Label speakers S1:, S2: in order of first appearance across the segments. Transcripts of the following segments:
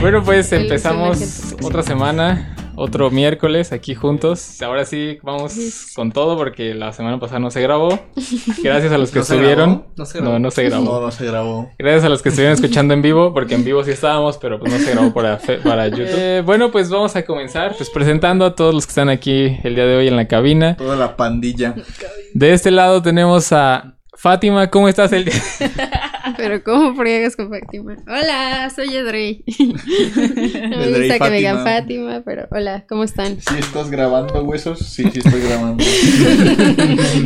S1: Bueno, pues
S2: El-
S1: empezamos
S2: el-
S1: otra semana, otro miércoles aquí juntos. Ahora sí, vamos con todo porque la semana pasada no se grabó. Gracias a los que
S3: ¿No se
S1: estuvieron.
S3: grabó? ¿No se grabó?
S1: No, no se
S3: No,
S1: grabó.
S3: no se grabó.
S1: Gracias a los que estuvieron escuchando en vivo, porque en vivo sí estábamos, pero pues no se grabó para, fe- para YouTube. Eh, bueno, pues vamos a comenzar pues presentando a todos los que están aquí el día de hoy en la cabina.
S3: Toda la pandilla.
S1: De este lado tenemos a Fátima. ¿Cómo estás el día?
S2: Pero ¿cómo friegas con Fátima? Hola, soy Edrey. no me
S3: Edrey
S2: gusta que me
S3: Fátima.
S2: digan Fátima, pero hola, ¿cómo están?
S3: ¿Sí estás grabando, huesos? Sí, sí estoy grabando.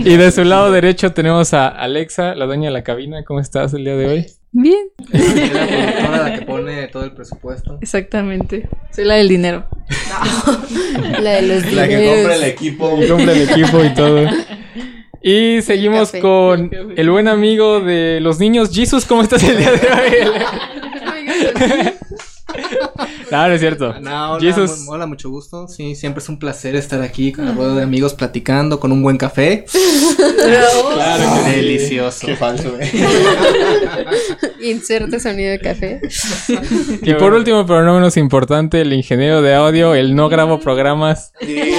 S1: Y de su lado derecho tenemos a Alexa, la dueña de la cabina. ¿Cómo estás el día de hoy?
S4: Bien.
S5: Es la productora la que pone todo el presupuesto.
S4: Exactamente. Soy la del dinero.
S2: La de los
S3: La que
S2: dineros.
S3: compra el equipo.
S1: compra el equipo y todo. Y seguimos
S2: café.
S1: con el buen amigo de los niños. Jesus, ¿cómo estás el día de hoy? no, no es cierto.
S5: No, hola,
S1: Jesus.
S5: mu- hola, Ah, mucho gusto. Sí, siempre es un placer estar aquí con la rueda de amigos platicando con un buen café.
S1: Claro que sí.
S5: Delicioso.
S3: Qué falso, eh.
S2: Inserte sonido de café.
S1: Y por último, pero no menos importante, el ingeniero de audio, el no grabo programas.
S3: Él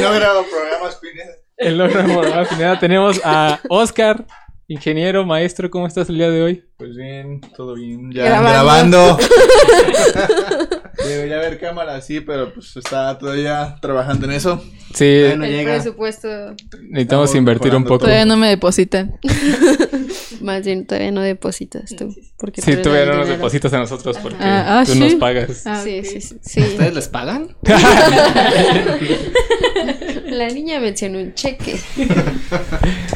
S3: no grabo programas, Pineda.
S1: El no grabo programas. sin nada. Tenemos a Oscar, ingeniero, maestro. ¿Cómo estás el día de hoy?
S3: Pues bien, todo bien. Ya
S2: Grabando.
S3: grabando. Debería haber cámara, sí, pero pues está todavía trabajando en eso.
S1: Sí,
S5: Bueno,
S2: el
S5: llega.
S2: presupuesto,
S1: necesitamos
S3: estamos
S1: invertir un
S3: mejorando
S1: poco.
S4: Todavía no me depositan.
S2: más bien todavía no depositas tú. Porque
S1: Si
S2: tú eres
S1: tú
S2: la del
S1: ya no nos
S2: dinero.
S1: depositas a nosotros porque
S4: Ah, ah,
S1: tú nos
S4: sí.
S1: pagas.
S2: Sí, sí, sí, sí.
S5: ¿Ustedes les pagan?
S2: La niña mencionó un cheque.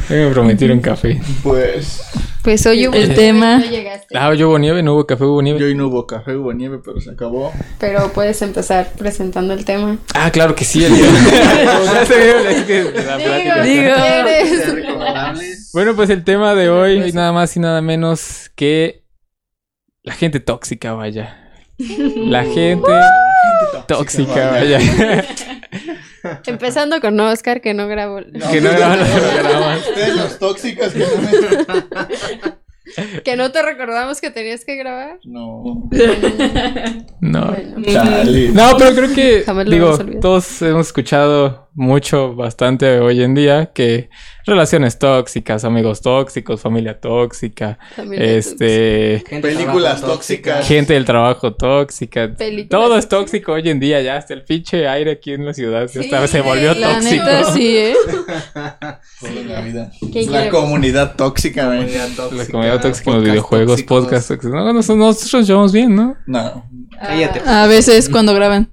S1: Me prometieron café.
S3: Pues.
S2: Pues hoy hubo
S4: El
S2: nieve,
S4: tema.
S2: No llegaste.
S1: Ah, yo hubo nieve, no hubo café, hubo nieve.
S3: Yo hoy no hubo café, hubo nieve, pero se acabó.
S2: Pero puedes empezar presentando el tema.
S1: Ah, claro que sí. el día- Ya se vio, es Ah, que la plática.
S4: digo.
S2: ¿quieres?
S3: Recomendables.
S1: Bueno, pues el tema de hoy es nada más y nada menos que la gente tóxica, vaya. La gente tóxica, vaya.
S2: Empezando con Oscar, que no grabó.
S1: Que no graban los programas.
S3: Ustedes los tóxicos que no me...
S2: Que no te recordamos que tenías que grabar.
S3: No.
S1: No.
S2: Bueno.
S3: Chale.
S1: No, pero creo que,
S2: Jamás lo
S1: digo,
S2: vamos a olvidar.
S1: todos hemos escuchado mucho, bastante hoy en día, que relaciones tóxicas, amigos tóxicos, familia tóxica,
S4: Ah.
S2: También
S1: este,
S5: Gente
S3: Películas
S5: trabaja
S3: tóxicas.
S1: gente del trabajo tóxica.
S2: Películas
S1: Todo es tóxico hoy en día, ya hasta el pinche aire aquí en la ciudad ya
S2: Sí,
S1: está- se volvió
S2: la
S4: La
S1: tóxico.
S4: neta sí, ¿eh?
S3: Toda la vida.
S2: ¿Quién
S3: La
S2: quiere?
S3: comunidad tóxica, güey.
S5: Comunidad tóxica.
S1: La comunidad tóxica en los
S5: podcast
S1: videojuegos,
S5: tóxicos.
S1: podcast tóxico. No, nos- nosotros llevamos bien, ¿no?
S3: No.
S2: ah,
S5: Cállate.
S4: A veces cuando graban.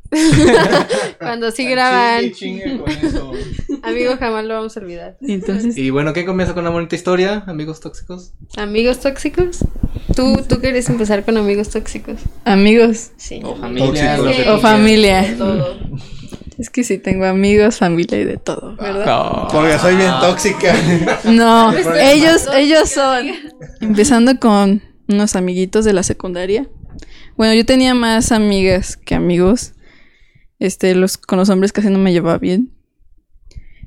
S2: Cuando sí graban,
S3: Chingue, chingue con eso.
S2: amigo, jamás lo vamos a olvidar.
S4: Entonces,
S5: Y bueno, ¿qué comienza con una bonita historia, amigos tóxicos?
S2: ¿Amigos tóxicos? ¿Tú, tú quieres empezar con amigos tóxicos?
S4: amigos
S2: Sí.
S5: O familia.
S3: Tóxicos.
S5: lo que
S4: o familia.
S2: Todo.
S4: Es que sí tengo amigos, familia y de todo,
S5: Ah,
S4: ¿verdad?
S1: No.
S3: Porque soy
S2: Ah.
S3: bien tóxica.
S4: No,
S2: Pero-
S4: ellos
S2: Pero-
S4: ellos son empezando con unos amiguitos de la secundaria. Bueno, yo tenía más amigas que amigos. Este, los con los hombres casi no me llevaba bien.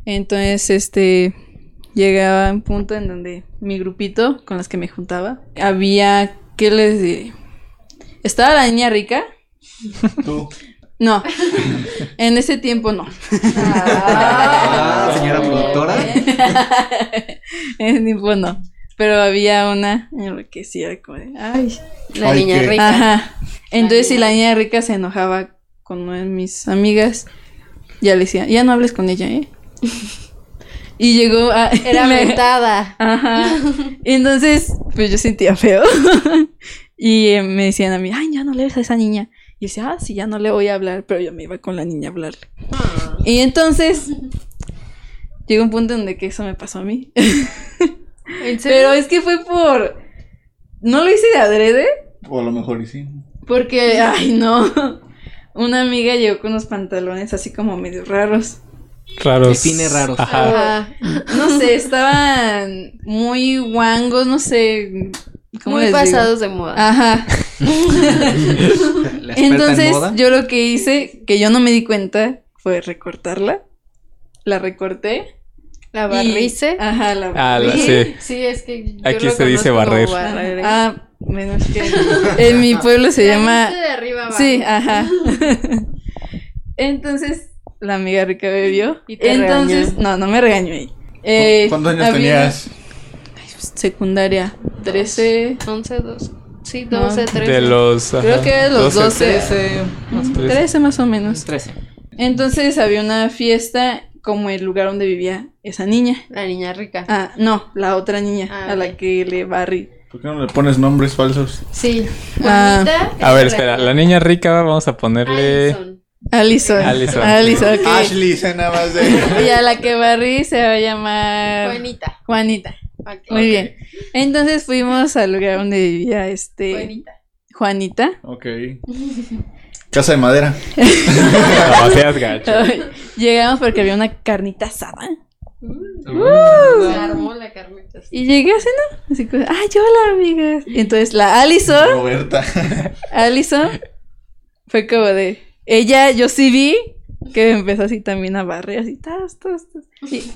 S4: Entonces, este, llegaba un punto en donde mi grupito con las que me juntaba, había, ¿qué les diré? Estaba la niña rica.
S3: Tú.
S4: No, en ese tiempo no.
S5: Ah, señora productora.
S4: En ese tiempo no. Eh, Pero había una en la que sí era como de, ay,
S2: La
S3: Ay,
S2: niña
S3: qué-
S2: rica.
S4: Ajá. Entonces, si la niña rica se enojaba con una de mis amigas, ya le decía, ya no hables con ella, ¿eh? y llegó a.
S2: Era
S4: me-
S2: mentada.
S4: Ajá. Y entonces, pues yo sentía feo. y eh, me decían a mí, ay, ya no le hables a esa niña. Y yo decía, ah, sí, ya no le voy a hablar, pero yo me iba con la niña a hablarle.
S2: Ah.
S4: Y entonces. Llegó un punto donde que eso me pasó a mí.
S2: ¿En serio?
S4: Pero es que fue por. No lo hice de adrede,
S3: O a lo mejor y sí.
S4: porque, ay, no. Una amiga llegó con unos pantalones así como medio raros.
S1: Raros.
S5: Define raros.
S1: Ajá.
S4: Ah.
S2: Ajá.
S4: No sé, estaban muy guangos, no sé. ¿cómo
S2: Muy
S4: les digo? Ah,
S2: pasados de moda.
S4: Ajá.
S5: La experta en
S4: Entonces,
S5: moda.
S4: yo lo que hice, que yo no me di cuenta, fue recortarla. La recorté.
S2: La
S4: y-
S2: barrice.
S4: Ajá, la
S1: Ah, la-
S4: barrí.
S1: sí.
S2: Sí, es que. yo
S1: Aquí
S2: lo
S1: se dice
S2: conozco como ¿eh?
S1: barrer.
S4: Ah, Bueno, es que en mi pueblo se
S2: La
S4: llama...
S2: gente de arriba abajo.
S4: Sí, ah, ajá. Entonces, la amiga rica bebió.
S6: Y te
S4: Entonces, no, no me regañó ahí. Eh,
S3: ¿Cuántos años
S4: había-
S3: tenías?
S4: Secundaria, 13,
S2: 11, 12. Sí,
S4: No.
S2: 12, 13.
S1: De los.
S4: Creo que de los 12.
S5: 13.
S4: mm,
S1: trece.
S4: 13 más o menos.
S5: 13.
S4: Entonces había una fiesta como el lugar donde vivía esa niña.
S2: La niña rica.
S4: Ah, no, la otra niña
S2: Ah,
S4: a
S2: ok.
S4: la que le barrí.
S3: ¿Por qué no le pones nombres falsos?
S2: Sí.
S4: Ah.
S2: Juanita.
S1: A ver, espera. La niña rica, vamos a ponerle.
S2: Allison.
S1: Alison.
S4: Alison. Alison, ok.
S3: Ashley, se nada más de.
S4: Y a la que barrí se va a llamar
S2: Juanita.
S4: Juanita.
S2: Ok.
S4: Ah. Muy bien. Entonces fuimos al lugar donde vivía este
S2: Juanita.
S4: Juanita.
S3: Ok. Casa de madera.
S1: No, seas gacho.
S4: Llegamos porque había una carnita asada.
S2: Se armó la carnita.
S4: Y llegué así, ¿no? Así que, ay, hola, amigas. Y entonces la Alison,
S3: Roberta.
S4: Alison, fue como de, ella, yo sí vi que empezó así también a barrer, así, tas, tas, tas. Y,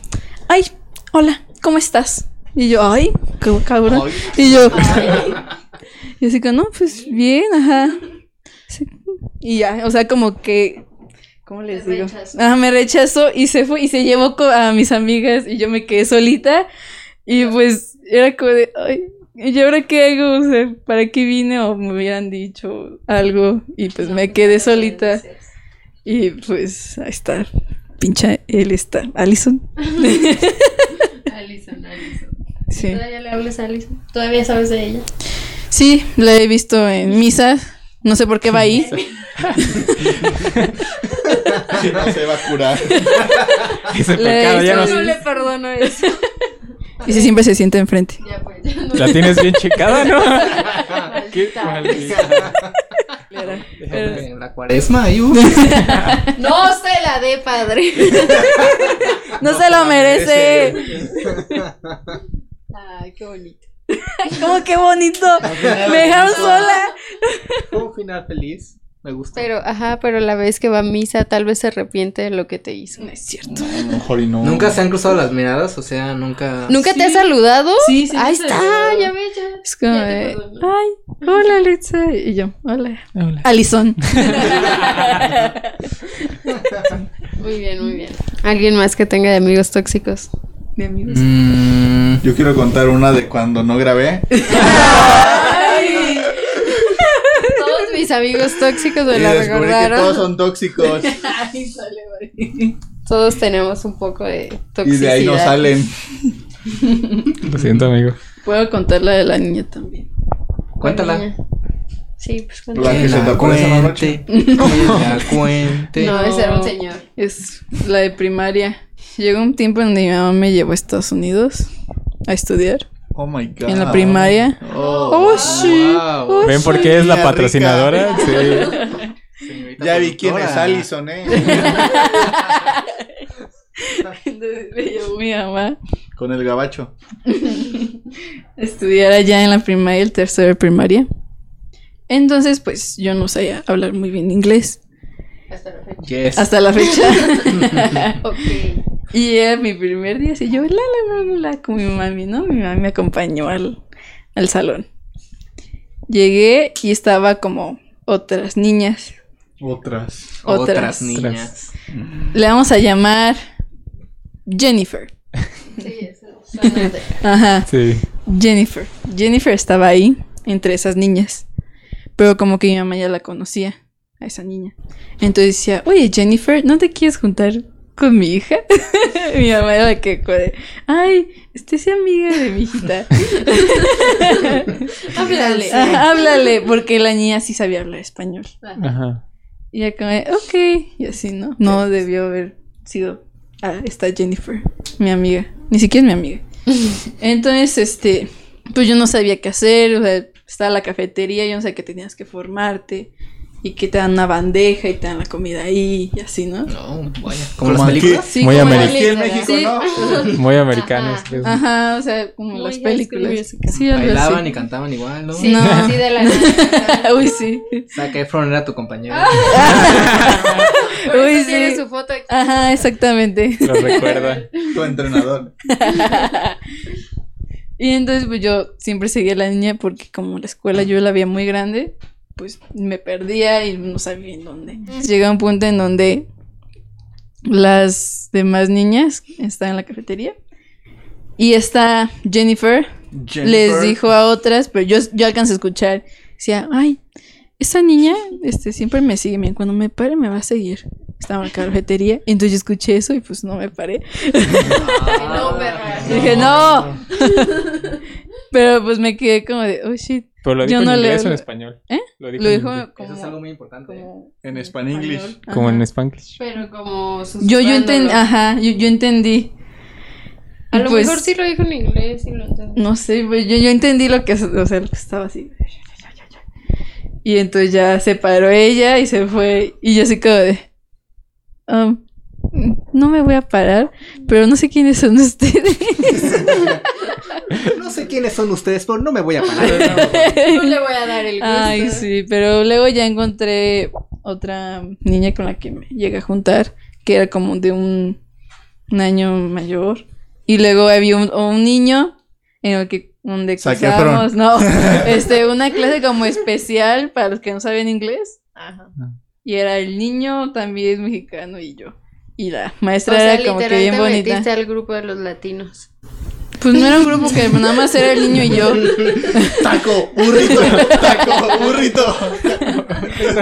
S4: ay, hola, ¿cómo estás? Y yo, ay, qué cabrón. Y yo, y así que, no, pues bien, ajá. Sí. Y ya, o sea, como que, ¿cómo les
S2: Te
S4: digo?
S2: rechazó.
S4: Ah, me rechazó y se fue y se llevó co- a mis amigas y yo me quedé solita. Y pues era como de, ay, ¿y ahora qué hago? O sea, ¿para qué vine? O me hubieran dicho algo y pues me quedé solita. Y pues ahí está, pincha él está, Alison.
S2: Alison, Alison.
S4: Sí.
S2: ¿Todavía le hablas a Alison? ¿Todavía sabes de ella?
S4: Sí, la he visto en misas. No sé por qué va ahí.
S3: No se va a curar.
S1: Ese
S4: La he
S1: pecado ya no
S4: visto-
S1: sé.
S2: perdono eso.
S4: Y sí, siempre se sienta enfrente.
S2: Ya pues, ya no.
S1: La tienes bien checada, ¿no? Qué
S2: Maldita.
S1: maldita.
S5: En la cuaresma, ahí, uff.
S2: No se la dé, padre.
S4: No, se lo merece.
S2: Ay, qué bonito.
S4: Como qué bonito. Me dejaron sola.
S5: Un final feliz. Me gusta.
S2: Pero, ajá, pero la vez que va a misa, tal vez se arrepiente de lo que te hizo.
S4: No es cierto.
S3: A lo mejor y no.
S5: Nunca se han cruzado las miradas, o sea, nunca.
S2: ¿Nunca te ha
S4: Sí.
S2: saludado?
S4: Sí, sí.
S2: Ahí
S4: sí.
S2: está, ya ves, ya.
S4: Es como
S2: Ya te
S4: de,
S2: perdoné.
S4: ay, hola Alexa. Y yo, hola.
S1: Hola.
S4: Alison.
S2: Muy bien, muy bien. ¿Alguien más que tenga de amigos tóxicos?
S4: Mi amigo.
S5: Mm,
S3: Yo quiero contar una de cuando no grabé.
S2: Todos mis amigos tóxicos me
S3: y
S2: la
S3: descubrí que
S2: recordaron.
S3: todos
S2: Todos,
S3: son tóxicos.
S2: tenemos un poco de
S3: y
S2: toxicidad.
S3: de ahí no salen.
S1: Lo siento, amigo.
S4: Puedo contar la de la niña también.
S5: Cuéntala.
S2: Niña. Sí, pues
S3: La
S2: cuéntala.
S3: que se tocó en esa
S5: cuente, que la cuente.
S2: No, ese era un señor.
S4: Es la de primaria. Llegó un tiempo en donde mi mamá me llevó a Estados Unidos a estudiar.
S3: Oh my god.
S4: En la primaria.
S3: Oh.
S4: Oh, sí.
S5: Wow.
S4: Oh,
S1: ¿Ven
S4: sí.
S1: por qué es la
S3: Niña rica.
S1: patrocinadora? Sí.
S3: Ya vi quién es Allison, eh.
S4: Entonces me llevó mi mamá
S3: Con el gabacho.
S4: a estudiar allá en la primaria, el tercero de primaria. Entonces, pues yo no sabía hablar muy bien inglés
S2: Hasta la fecha.
S5: Yes.
S4: hasta la fecha.
S2: Ok.
S4: Y era mi primer día, así yo, la, la, la, la, la, con mi mami, ¿no? Mi mami me acompañó al, al salón. Llegué y estaba como otras niñas.
S3: Otras.
S5: Otras,
S4: Otras.
S5: niñas.
S4: Le vamos a llamar Jennifer.
S2: Sí, eso. Solamente.
S4: Ajá,
S1: Sí.
S4: Jennifer. Jennifer estaba ahí, entre esas niñas. Pero como que mi mamá ya la conocía, a esa niña. Entonces decía, oye, Jennifer, ¿no te quieres juntar con mi hija? mi mamá era la que, como de, ay, esta es amiga de mi hijita.
S2: Háblale.
S4: Ajá, háblale, porque la niña sí sabía hablar español.
S1: Ajá.
S4: Y ya como, de, ok, y así, ¿no? No debió haber sido ah, esta Jennifer, mi amiga. Ni siquiera es mi amiga. Entonces, este, pues yo no sabía qué hacer, o sea, estaba la cafetería, yo no sabía que tenías que formarte y que te dan una bandeja y te dan la comida ahí y así, ¿no?
S5: No, vaya. Como las
S3: Como aquí.
S5: películas.
S4: Sí,
S1: Muy
S4: como
S1: ameri-
S4: la-
S3: Aquí en
S2: literal.
S3: México,
S4: Sí.
S3: ¿no?
S1: Muy americanos. pues.
S4: Ajá, o sea, como
S2: Muy
S4: las
S2: high school
S4: películas.
S2: musical.
S4: Sí, algo
S5: Bailaban y
S4: así.
S5: cantaban igual, ¿no?
S2: Sí,
S4: No.
S2: así de la nada.
S4: Uy, sí.
S5: Zac Efron era tu compañero.
S2: Por eso
S4: Uy,
S2: tiene
S4: sí.
S2: su foto aquí.
S4: Ajá, exactamente.
S1: Los recuerda.
S3: Tu entrenador.
S4: Y entonces pues yo siempre seguía a la niña porque como la escuela yo la veía muy grande, pues me perdía y no sabía en dónde. Entonces, Llegué a un punto en donde las demás niñas están en la cafetería y está Jennifer, les dijo a otras, pero yo, yo alcancé a escuchar, decía, ay, esa niña este, siempre me sigue, mira, cuando me pare me va a seguir. Estaba en la cafetería, entonces yo escuché eso y pues no me paré.
S5: Ah,
S2: No, perra.
S4: Dije, no. Pero pues me quedé como de, oh shit.
S1: Pero lo
S4: Yo
S1: dijo en
S4: no
S1: inglés
S4: le-
S1: o en español.
S4: ¿Eh?
S1: Lo dijo.
S4: Lo
S1: en
S4: dijo
S1: inglés.
S4: como.
S5: Eso es algo muy importante.
S4: como-
S3: En Spanglish.
S1: Como
S4: Ajá.
S1: en Spanglish.
S2: Pero como sus
S4: Yo, yo entendí. Ajá, yo, yo entendí.
S2: A lo
S4: Pues,
S2: mejor sí lo dijo en inglés y lo entendí.
S4: No sé, pues yo, yo entendí lo que, o sea, lo que estaba así. Y entonces ya se paró ella y se fue. Y yo así como de. "Um, no me voy a parar, pero no sé quiénes son ustedes.
S5: No sé quiénes son ustedes, pero no me voy a parar.
S2: No le voy a dar el gusto.
S4: Ay, sí, pero luego ya encontré otra niña con la que me llegué a juntar, que era como de un, un año mayor. Y luego había un, o un niño en el que donde
S3: Zac Efron.
S4: cursábamos, no, este, una clase como especial para los que no saben inglés. Y era el niño también mexicano y yo. Y la
S2: O
S4: maestra
S2: sea,
S4: era como que
S2: literal
S4: bien
S2: te
S4: bonita.
S2: metiste al grupo de los latinos.
S4: Pues no era un grupo que nada más era el niño y yo.
S3: Taco, burrito, taco, burrito.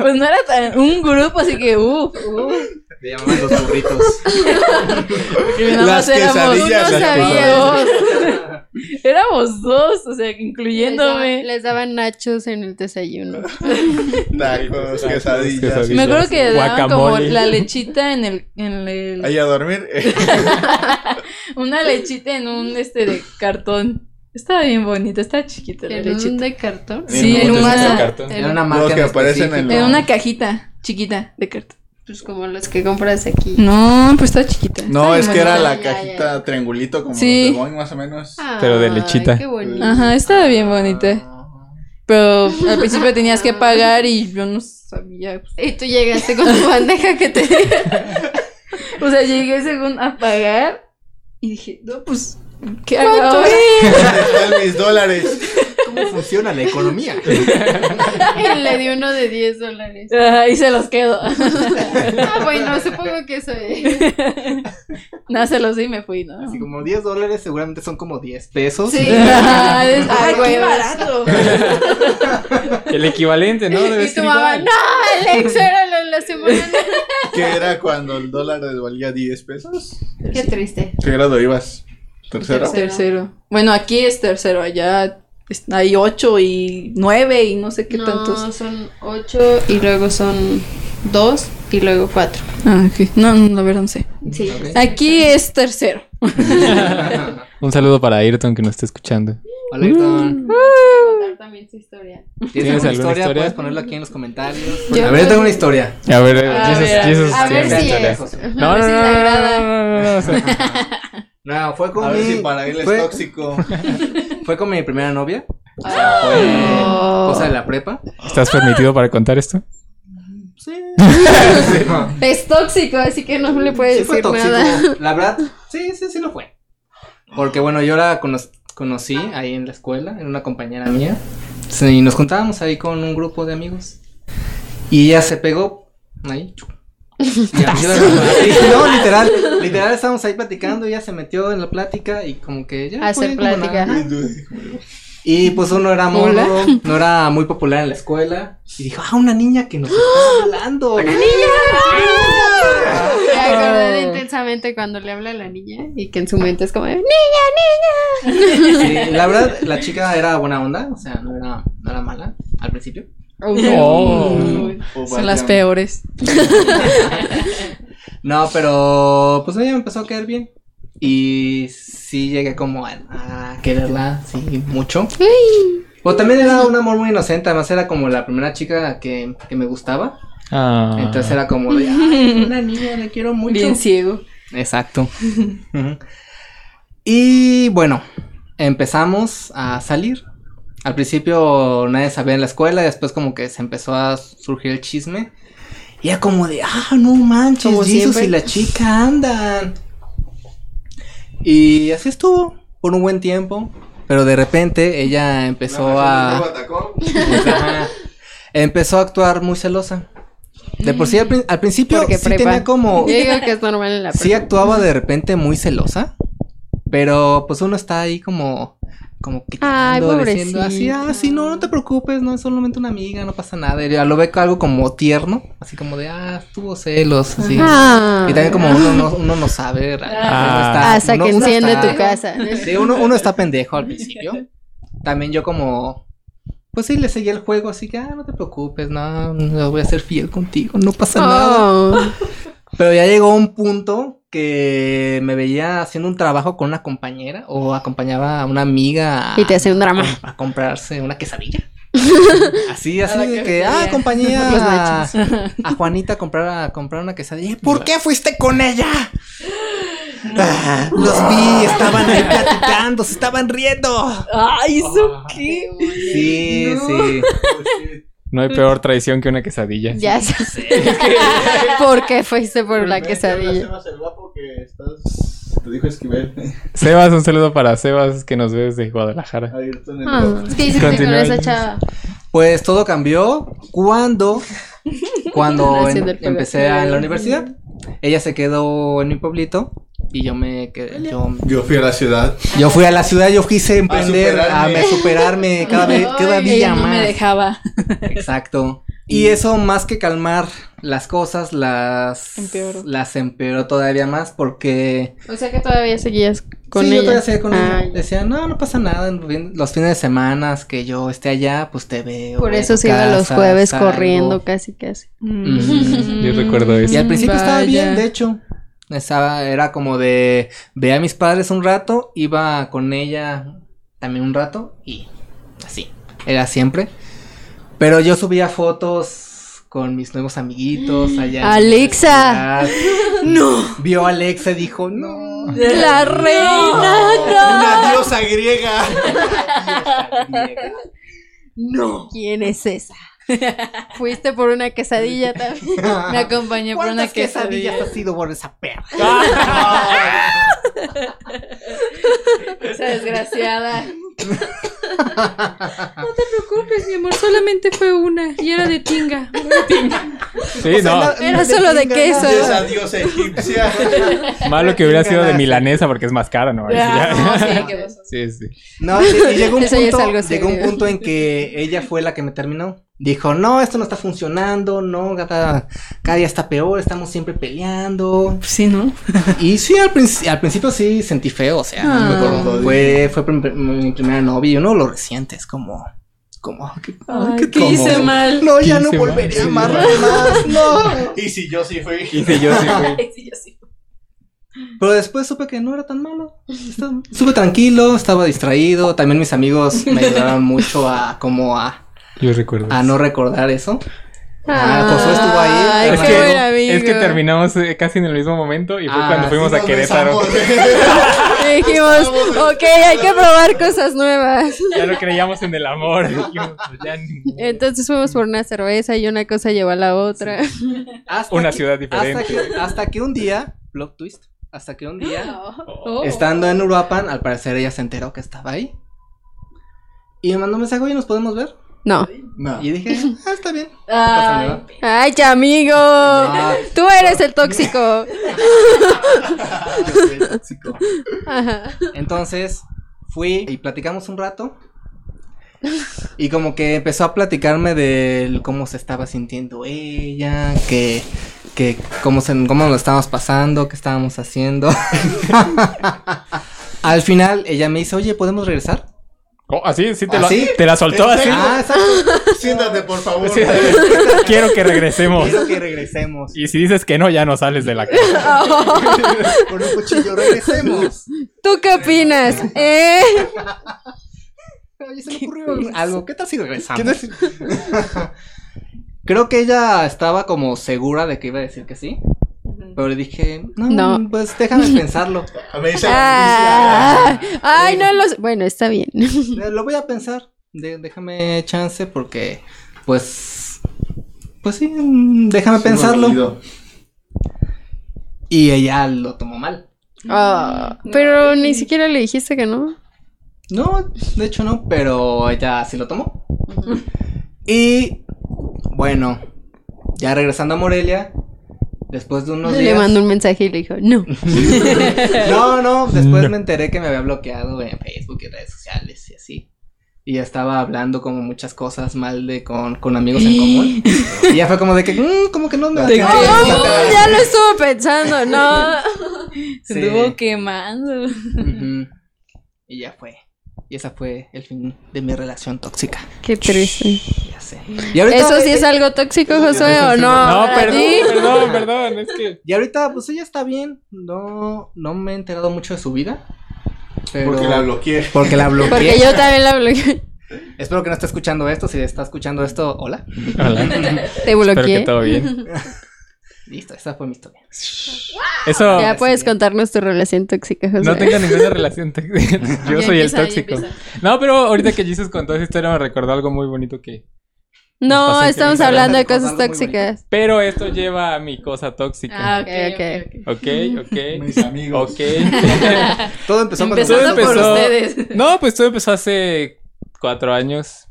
S4: Pues no era tan- un grupo, así que uh, uff,
S5: Le llamaban los burritos.
S4: Porque nada
S3: Las
S4: más éramos
S3: quesadillas,
S4: unos
S3: las
S4: sabíamos. éramos dos, o sea, incluyéndome.
S2: Les daban nachos en el desayuno.
S3: Tacos, quesadillas.
S1: quesadillas.
S4: Me acuerdo que daban como
S1: Guacamole.
S4: la lechita en el, en el-
S3: Ahí a dormir.
S4: una lechita en un este de cartón. Estaba bien bonita, estaba chiquita la
S2: ¿En un
S4: lechita.
S2: de cartón?
S4: Sí,
S1: En
S4: en
S1: un
S4: una,
S1: cartón.
S5: Era una marca
S3: Los que
S5: en
S3: aparecen en
S5: específico.
S4: en
S3: los-
S4: una cajita chiquita de cartón.
S2: Pues como los que compras aquí.
S4: No, pues estaba chiquita.
S3: No,
S4: estaba
S3: es
S4: bien
S3: que era
S4: bonita.
S3: la cajita triangulito como
S4: Sí. Ah.
S3: los de Boeing más o menos.
S1: Pero de
S2: Ay,
S1: lechita.
S2: qué bonito.
S4: Ajá, estaba bien bonita. Pero al principio tenías que pagar y yo no sabía. pues.
S2: Y tú llegaste con tu bandeja que te
S4: O sea, llegué según a pagar y dije, no, pues, ¿qué hago
S2: ¿Cuánto
S4: ahora?
S3: Están mis dólares.
S5: ¿Cómo funciona la economía?
S2: Y le di uno de 10 dólares.
S4: Ajá, y se los quedo.
S2: Ah, bueno, supongo que eso es.
S4: no, se los di y me fui, ¿no?
S5: Así como 10 dólares seguramente son como 10 pesos.
S2: Sí.
S4: Ajá, Ah, es-
S2: Ay,
S4: ay,
S2: güey,
S4: qué barato.
S1: El equivalente, ¿no? Debe
S2: Y tu
S1: ser
S2: mamá,
S1: igual.
S2: no, Alex, era lo de la semana.
S3: Que era cuando el dólar valía 10 pesos.
S2: Qué triste.
S3: ¿Qué grado ibas? Tercero.
S4: Tercero. Bueno, aquí es tercero, allá es- hay ocho y nueve y no sé qué
S2: no,
S4: tantos.
S2: son 8 y luego son 2 y luego 4.
S4: Ah, ok. No, no, la verdad no sé.
S2: Sí.
S5: Ok.
S4: Aquí es tercero.
S1: Un saludo para Ayrton que nos está escuchando.
S5: Hola, Ayrton.
S2: También su historia.
S5: ¿Tienes alguna historia?
S1: historia?
S5: Puedes ponerlo aquí en los comentarios.
S2: Yo
S5: a ver,
S2: creo
S5: tengo una
S2: que-
S5: historia.
S1: A ver,
S4: A
S1: Jesus,
S4: ver, a
S1: Jesus
S2: A ver
S1: tiene
S2: si
S1: historia.
S2: es.
S5: Pues Sí,
S2: Ajá,
S1: No,
S2: a
S1: no,
S2: ver
S1: no,
S2: si
S1: no,
S2: le
S1: no,
S2: agrada.
S1: no, no, no, o sea,
S5: No, fue con
S3: A ver
S5: mi-
S3: si para él es
S5: fue-
S3: tóxico.
S5: Fue con mi primera novia. O sea, fue
S2: Ah.
S5: cosa de la prepa.
S1: ¿Estás permitido para contar esto?
S5: Sí.
S2: Es tóxico, así que no le puedes
S5: Sí fue
S2: decir
S5: tóxico.
S2: Pues, nada.
S5: La verdad, sí, sí, sí lo fue. Porque bueno, yo la cono- conocí ahí en la escuela, en una compañera mía. Sí, y nos juntábamos ahí con un grupo de amigos. Y ella se pegó ahí. Y a mí yo- sí, no, literal, literal estábamos ahí platicando, ella se metió en la plática y como que ya.
S2: A hacer
S5: fue como nada.
S2: plática.
S5: Y pues uno era
S2: Hola.
S5: morro, no era muy popular en la escuela. Y dijo, ah, una niña que nos está hablando. Ah, ¡Una
S2: Me acordé intensamente cuando le habla a la niña y que en su mente es como de, "Ni".
S5: Sí, la verdad, la chica era buena onda, o sea, no era, no era mala al principio.
S2: Oh.
S1: No.
S4: Son las peores.
S5: No, pero pues ella me empezó a caer bien. Y sí llegué como a, a quererla, sí, mucho. O también era un amor muy inocente, además era como la primera chica que, que me gustaba.
S1: Ah.
S5: Entonces era como de, "Ay, una niña, la quiero mucho.
S4: Bien ciego.
S5: Exacto. Ujú. y bueno, empezamos a salir. Al principio nadie sabía en la escuela, después como que se empezó a surgir el chisme. Y era como de, ah, no manches,
S2: Como
S5: Jesus
S2: siempre.
S5: y la chica andan. Y así estuvo por un buen tiempo. Pero de repente ella empezó a... Pues, ajá. Empezó a actuar muy celosa. De por sí, al, prin- al principio
S2: Porque
S5: sí
S2: prepa.
S5: tenía como...
S1: Oh.
S2: Yo digo que es normal en la
S5: Sí
S2: prepa.
S5: actuaba de repente muy celosa. Pero pues uno está ahí como... Como quitando,
S2: Ay,
S5: diciendo así, ah, sí, no, no te preocupes, no, es solamente una amiga, no pasa nada. Y ya lo ve algo como tierno, así como de, ah, tuvo celos, así.
S2: Ah,
S5: Y también como uno no, uno no sabe, realmente, uno está-
S2: hasta
S5: uno-
S2: que
S5: uno
S2: enciende
S5: está-
S2: tu casa.
S5: Sí, uno, uno está pendejo al principio. También yo como... Pues sí, le seguía el juego, así que, ah, no te preocupes, no, no voy a ser fiel contigo, no pasa nada.
S2: Oh.
S5: Pero ya llegó un punto que me veía haciendo un trabajo con una compañera o acompañaba a una amiga a-
S2: Y te hace un drama.
S5: a comprarse una quesadilla. así, así
S4: A la
S5: de que,
S4: quesadilla.
S5: ah, acompañé
S2: Los
S5: a,
S2: nachos.
S5: a Juanita a comprar, a comprar una quesadilla. ¿Por qué fuiste con ella? Ah, los vi, estaban ahí platicando, se estaban riendo.
S4: Ay,
S1: Ah.
S4: ¿eso qué?
S5: Sí, sí.
S1: No hay peor traición que una quesadilla.
S2: Ya sé. ¿Por qué fuiste por la quesadilla?
S3: El guapo que estás... Te dijo Esquivel.
S1: Sebas, un saludo para Sebas que nos ve desde Guadalajara.
S3: Abierto en el
S2: Ah,
S3: guapo.
S2: ¿Qué hiciste con
S1: Continúa.
S2: esa chava?
S5: Pues todo cambió cuando, cuando
S2: Nació
S5: en-
S2: del pueblo.
S5: empecé a la universidad. Ella se quedó en mi pueblito y yo me quedé. Yo,
S3: Yo fui a la ciudad.
S5: yo fui a la ciudad, yo quise emprender, a
S3: superarme.
S5: me- superarme cada vez, cada
S4: Ay,
S5: día
S4: ella no
S5: más.
S4: me dejaba.
S5: Exacto. Y eso más que calmar las cosas, las
S4: Empeoró.
S5: las empeoró todavía más porque
S2: O sea que todavía seguías con
S5: sí,
S2: ella.
S5: yo todavía seguía con ella.
S2: Ah, ya.
S5: Decía, no, no pasa nada, en fin- los fines de semana que yo esté allá, pues te veo.
S2: Por
S5: voy a
S2: eso
S5: tu
S2: se iba
S5: casa,
S2: los jueves
S5: salgo".
S2: corriendo casi casi.
S1: Mm, yo recuerdo eso.
S5: Y al principio estaba
S4: Vaya.
S5: bien, de hecho. Estaba, era como de ve a mis padres un rato, iba con ella también un rato y así. Era siempre. Pero yo subía fotos con mis nuevos amiguitos allá. en la
S2: Alexa.
S5: universidad.
S2: ¡No!
S5: Vio a Alexa y dijo, no.
S2: ¡La reina!
S3: Una diosa griega.
S2: ¡No! ¿Quién es esa? Fuiste por una quesadilla también.
S4: Me acompañó por una
S5: ¿Cuántas
S4: quesadilla.
S5: quesadillas has sido por esa perra?
S2: Esa desgraciada.
S6: No te preocupes, mi amor, solamente fue una y era de tinga.
S1: Sí, no.
S4: Era solo de queso.
S3: Esa diosa egipcia.
S1: Malo que hubiera sido de milanesa porque es más cara, ¿no?
S4: Ah, no, sí, qué
S1: sí, sí.
S5: No, y- y llegó un
S2: Eso ya es
S5: punto,
S2: algo serio.
S5: llegó un punto en que ella fue la que me terminó. Dijo, no, esto no está funcionando, no, cada, cada día está peor, estamos siempre peleando.
S4: Sí, ¿no?
S5: Y sí, al, princi- al principio sí sentí feo, o sea, no me
S1: Ah.
S5: acuerdo. fue, fue prim- mi primera novia y uno lo resiente, es como, como, ¿qué,
S4: Ay,
S5: qué
S4: ¿qué
S5: como-
S4: hice mal?
S5: No, ya
S1: ¿Qué
S5: no
S1: hice mal?
S5: volveré a
S1: Sí.
S5: amarla más, no.
S3: Y si yo sí fui.
S1: Y sí, yo sí fui.
S5: Pero después supe que no era tan malo. Estaba- Estuve tranquilo, estaba distraído. También mis amigos me ayudaron mucho a como a,
S1: Yo recuerdo.
S5: a no recordar eso. Ah, Josué estuvo ahí.
S4: Ay,
S1: es,
S5: pero
S4: qué
S1: que,
S4: buen amigo.
S1: es que terminamos eh, casi en el mismo momento y fue
S5: Ah,
S1: cuando fuimos
S5: sí,
S1: a Querétaro.
S2: Y dijimos, ok, hay que probar cosas nuevas.
S1: Ya lo creíamos en el amor. Dijimos, pues, ya ni-
S2: Entonces fuimos por una cerveza y una cosa llevó a la otra.
S5: Hasta
S1: Una
S5: que-
S1: ciudad
S5: Hasta
S1: diferente.
S5: que, hasta que un día, plot twist, hasta que un día, estando en Uruapan, al parecer ella se enteró que estaba ahí. Y me mandó un mensaje, oye, ¿nos podemos ver?
S2: No.
S3: No.
S5: Y dije, ah, está bien. no pasa nada".
S2: Ay, ya, amigo.
S5: No.
S2: Tú eres el tóxico.
S3: Ah, Yo soy tóxico.
S2: Ajá.
S5: Entonces fui y platicamos un rato. Y como que empezó a platicarme de cómo se estaba sintiendo ella, que, que cómo, se, cómo lo estábamos pasando, qué estábamos haciendo. Al final ella me dice, oye, ¿podemos regresar?
S1: Oh, así, sí te,
S5: ¿Ah,
S1: la-
S5: sí?
S1: te la soltó
S3: ¿En
S1: así.
S3: serio?
S5: Ah, exacto.
S3: Siéntate, por favor.
S1: Sí. Quiero que regresemos.
S5: Quiero que regresemos.
S1: Y si dices que no, ya no sales de la casa.
S5: Con un cuchillo, regresemos.
S2: ¿Tú qué opinas? ¿Eh?
S5: Oye, se me ocurrió algo. ¿Qué tal si regresamos? Creo que ella estaba como segura de que iba a decir que sí. Pero le dije, no,
S2: No.
S5: pues déjame pensarlo.
S3: Me dice
S2: Ah, ay, no los. Bueno, está bien.
S5: Eh, Lo voy a pensar. De- déjame chance porque, pues, pues sí, mm, déjame pensarlo. Y ella lo tomó mal.
S1: Ah.
S2: Mm, Ah, pero ni siquiera le dijiste que no.
S5: No, de hecho no, pero ella sí lo tomó. Y bueno, ya regresando a Morelia, después de unos
S2: Le
S5: días.
S2: mandó un mensaje y le dijo, no.
S5: No, no, después
S1: No.
S5: me enteré que me había bloqueado en Facebook y redes sociales y así. Y ya estaba hablando como muchas cosas mal de con, con amigos en común. Y ya fue como de que, "Mm, como que no me
S4: Te
S5: no,
S4: creo.
S5: no,
S4: No,
S5: no".
S6: Ya lo estuve pensando, no.
S5: Sí.
S4: Se estuvo quemando.
S5: Ujú. Y ya fue. Y esa fue el fin de mi relación tóxica.
S2: Qué triste.
S5: Ya sé. Y ahorita,
S4: ¿Eso sí es algo tóxico, Josué, o no?
S1: No,
S4: ¿Para
S1: perdón,
S4: ti?
S1: perdón, perdón. Es que.
S5: y ahorita, pues ella está bien. No, no me he enterado mucho de su vida. Pero...
S3: Porque la bloqueé.
S5: Porque la bloqueé.
S4: Porque yo también la bloqueé.
S5: Espero que no esté escuchando esto. Si está escuchando esto, hola.
S1: Hola.
S2: Te
S1: Espero que
S2: bloqueé.
S1: todo bien.
S5: Listo, esa fue mi historia.
S1: Eso.
S2: Ya pues, puedes
S5: sí.
S2: contarnos tu relación tóxica, José.
S1: No tengo ninguna relación tóxica. Yo
S4: Ya
S1: soy el
S4: empieza, ya
S1: tóxico.
S4: empieza.
S1: No, pero ahorita que Jesus contó esa historia me recordó algo muy bonito que. Nos
S4: No,
S1: pasa que
S4: estamos
S1: me
S4: hablando de
S5: acaban de
S4: cosas
S5: recordar algo muy
S4: tóxicas.
S1: Pero esto lleva a mi cosa tóxica.
S6: Ah, ok, ok, ok.
S1: Ok, ok.
S3: Mis amigos.
S1: Ok.
S5: Todo empezó con
S1: Empezó-
S6: Empezando por
S1: empezó-
S6: ustedes.
S1: No, pues todo empezó hace cuatro años.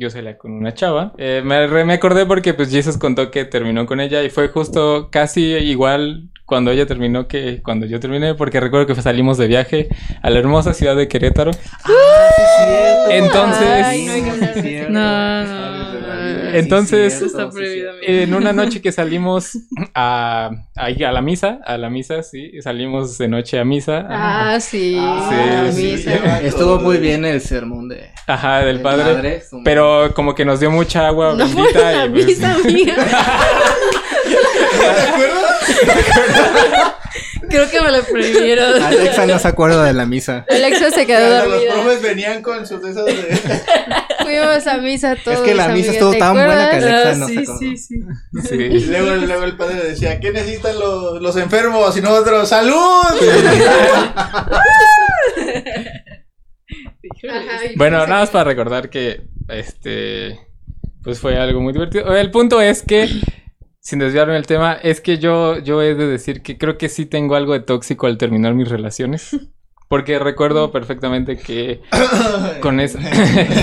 S1: Yo salía con una chava. Eh, me, re- me acordé porque pues Jesus contó que terminó con ella y fue justo casi igual cuando ella terminó que cuando yo terminé porque recuerdo que salimos de viaje a la hermosa ciudad de Querétaro.
S5: Ah,
S1: Entonces-
S4: Ay, no hay que hablar de eso.
S5: Cierto.
S6: No,
S3: Sabes de la
S6: no,
S3: vida.
S6: no.
S5: Sí,
S1: Entonces-
S6: Eso
S5: cierto,
S6: está
S5: sí,
S6: prohibido,
S5: cierto.
S1: en una noche que salimos a, ahí a la misa, a la misa, sí, salimos de noche a misa. Ajá,
S6: Ah, sí.
S3: Ah,
S1: Sí,
S3: sí,
S1: sí.
S3: ya me
S5: Estuvo
S3: acordé.
S5: muy bien el sermón de,
S1: Ajá, del
S5: del
S1: padre.
S5: su-
S1: Pero como que nos dio mucha agua
S2: No fueron
S1: bendita
S2: a
S1: y pues,
S2: misa, amiga.
S6: Creo que me lo prohibieron.
S5: Alexa no se acuerda de la misa.
S4: Alexa se quedó
S3: Cuando los
S4: dormida.
S3: profes venían con sus de esos de.
S4: Fuimos a misa todos.
S5: es que la misa
S4: amiga,
S5: estuvo
S4: ¿te
S5: tan buena que
S4: acuerdas?
S5: Alexa no se
S6: sí,
S5: acordó.
S6: sí, sí.
S3: Y
S1: sí.
S3: luego, luego el padre decía: ¿Qué necesitan los, los enfermos? Y nosotros, ¡salud!
S1: Bueno, nada más para recordar que este pues fue algo muy divertido. El punto es que sin desviarme del tema, es que yo yo he de decir que creo que sí tengo algo de tóxico al terminar mis relaciones, porque recuerdo perfectamente que con eso.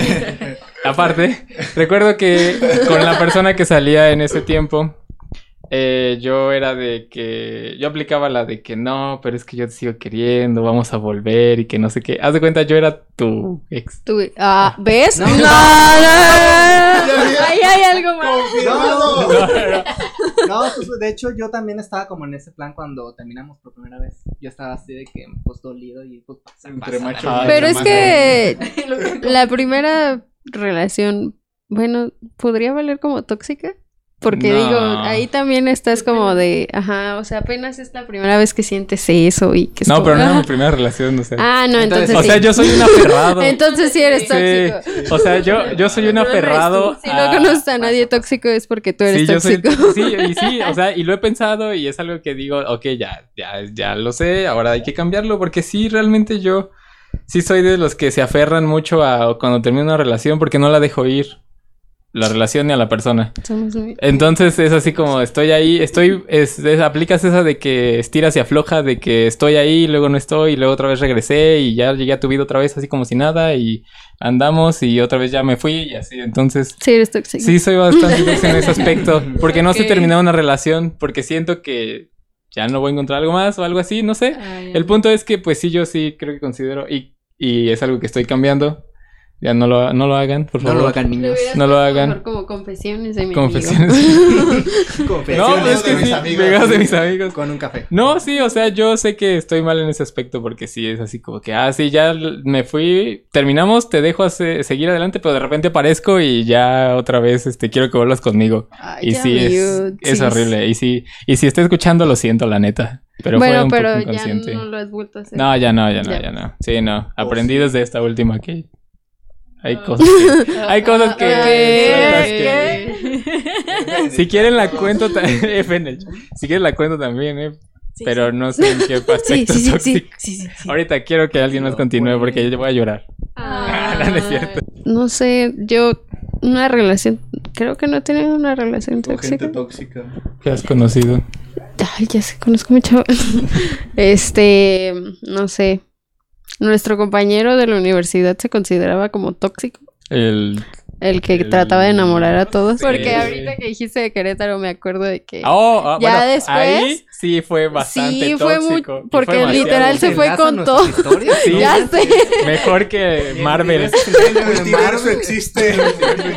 S1: Aparte, recuerdo que con la persona que salía en ese tiempo, eh, yo era de que. Yo aplicaba la de que no, pero es que yo te sigo queriendo, vamos a volver y que no sé qué. Haz de cuenta, yo era tu ex.
S2: Tú- ah, ¿Ves?
S5: No.
S2: No, no, no, no. Ahí hay algo más.
S3: Confirmado.
S5: No, pues, de hecho yo también estaba como en ese plan cuando terminamos por primera vez. Yo estaba así de que pues dolido y pues pasa,
S3: Entre
S5: pasa,
S3: macho
S5: la-
S3: y
S2: Pero es
S3: más
S2: que la primera relación, bueno, podría valer como tóxica. Porque
S1: No.
S2: digo, ahí también estás como de, ajá, o sea, apenas es la primera vez que sientes eso y que es
S1: No,
S2: como,
S1: pero no era
S2: ah,
S1: mi primera relación, no sé.
S2: Ah, no, entonces,
S5: Entonces,
S1: O
S2: sí.
S1: sea, yo soy un aferrado.
S2: Entonces sí eres
S1: Sí.
S2: tóxico.
S1: O sea, yo, yo soy un
S6: No lo eres tú.
S1: aferrado.
S2: Si no
S1: a-
S2: conoces a nadie
S5: pasa, pasa.
S2: tóxico es porque tú eres
S1: Sí, yo soy,
S2: tóxico.
S1: sí, y sí, o sea, y lo he pensado y es algo que digo, ok, ya, ya, ya lo sé, ahora hay que cambiarlo, porque sí, realmente yo sí soy de los que se aferran mucho a cuando termino una relación porque no la dejo ir, la relación ni a la persona.
S2: Somos muy-
S1: Entonces es así como estoy ahí, estoy, es, es- aplicas esa de que estiras y afloja, de que estoy ahí, luego no estoy, y luego otra vez regresé y ya llegué a tu vida otra vez así como si nada y andamos y otra vez ya me fui y así, entonces...
S2: Sí, eres tóxico.
S1: Sí, soy bastante dulce en ese aspecto. Porque no
S6: Ok.
S1: se terminó una relación, porque siento que ya no voy a encontrar algo más o algo así, no sé. El punto es que, pues sí, yo sí creo que considero, y, y es algo que estoy cambiando. Ya no lo, no lo hagan, por
S5: No
S1: favor.
S5: lo hagan niños.
S1: No lo hagan.
S2: Mejor como confesiones de mi
S1: Confesiones. No, pues es que
S3: de mis
S1: sí,
S3: amigos.
S1: pegados de mis amigos.
S5: Con un café.
S1: No, sí, o sea, yo sé que estoy mal en ese aspecto porque sí es así como que, ah, sí, ya l- me fui, terminamos, te dejo hace- seguir adelante, pero de repente aparezco y ya otra vez, este, quiero que vuelvas conmigo.
S2: Ay,
S1: Y
S2: ya
S1: sí, es,
S2: vio,
S1: es
S2: sí.
S1: horrible. Y si, y si está escuchando, lo siento, la neta. Pero fue
S2: bueno,
S1: un
S2: pero
S1: poco
S2: ya
S1: inconsciente.
S2: no lo has vuelto a hacer.
S1: no, ya no, ya no,
S2: Ya.
S1: ya, no. Sí, no. Aprendí
S3: sí.
S1: desde esta última que hay cosas que... Hay cosas que... sueltas que- Si quieren la cuento ta- F en el chat. Si quieren la cuento también, eh. pero no sé en qué
S4: Sí,
S1: aspecto
S4: sí, sí, sí,
S1: tóxico.
S4: sí, sí, sí.
S1: Ahorita quiero que alguien más
S5: No,
S1: continúe
S5: güey.
S1: porque yo voy a llorar.
S2: Ah,
S1: no es cierto.
S2: No sé, yo una relación, creo que no he tenido una relación
S3: Con gente
S2: tóxica.
S3: tóxica.
S1: ¿Qué has conocido?
S2: Ay, ya sé, conozco mucho. este, no sé. Nuestro compañero de la universidad se consideraba como tóxico.
S1: El...
S2: El que
S1: El-
S2: trataba de enamorar a todos.
S1: Sí.
S2: Porque ahorita que dijiste de Querétaro me acuerdo de que...
S1: Oh, ah,
S2: Ya
S1: bueno,
S2: después-
S1: ahí sí fue bastante
S2: Sí, fue
S1: tóxico.
S2: mu-
S1: y fue
S2: porque
S1: demasiado.
S2: literal se fue con todo.
S1: Sí.
S2: ya sé.
S1: Mejor que Marvel.
S3: El multiverso existe. El multiverso existe.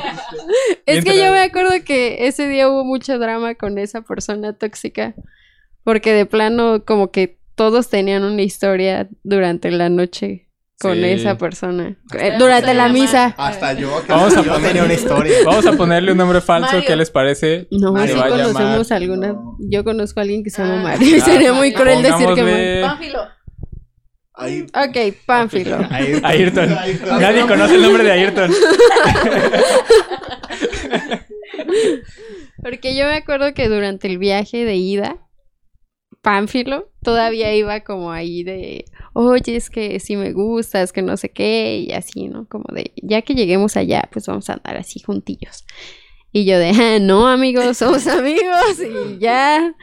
S2: Es que
S1: Mientras-
S2: yo me acuerdo que ese día hubo mucho drama con esa persona tóxica. Porque de plano, como que todos tenían una historia durante la noche con
S1: Sí.
S2: esa persona. Eh, Durante la misa.
S3: Hasta yo. que
S1: Vamos a
S3: yo
S1: poner
S3: tenía una historia.
S1: Vamos a ponerle un nombre falso,
S2: Mario.
S1: ¿qué les parece?
S2: No,
S1: Mario
S2: sí
S1: va a llamar.
S2: conocemos alguna.
S3: No.
S2: Yo conozco a alguien que se llama
S6: Ah.
S2: Mario. y
S6: Ah,
S2: Sería muy cruel decir que
S1: Pongámosle-
S2: Mario.
S3: Ahí.
S2: Ok, Pánfilo.
S1: Ayrton.
S3: Ahí está.
S1: Nadie conoce el nombre de Ayrton.
S2: Porque yo me acuerdo que durante el viaje de ida, Pánfilo todavía iba como ahí de, oye, es que si me gustas, que no sé qué, y así, ¿no? Como de, ya que lleguemos allá, pues vamos a andar así juntillos. Y yo de, "Ah, no, amigos, somos amigos, y ya.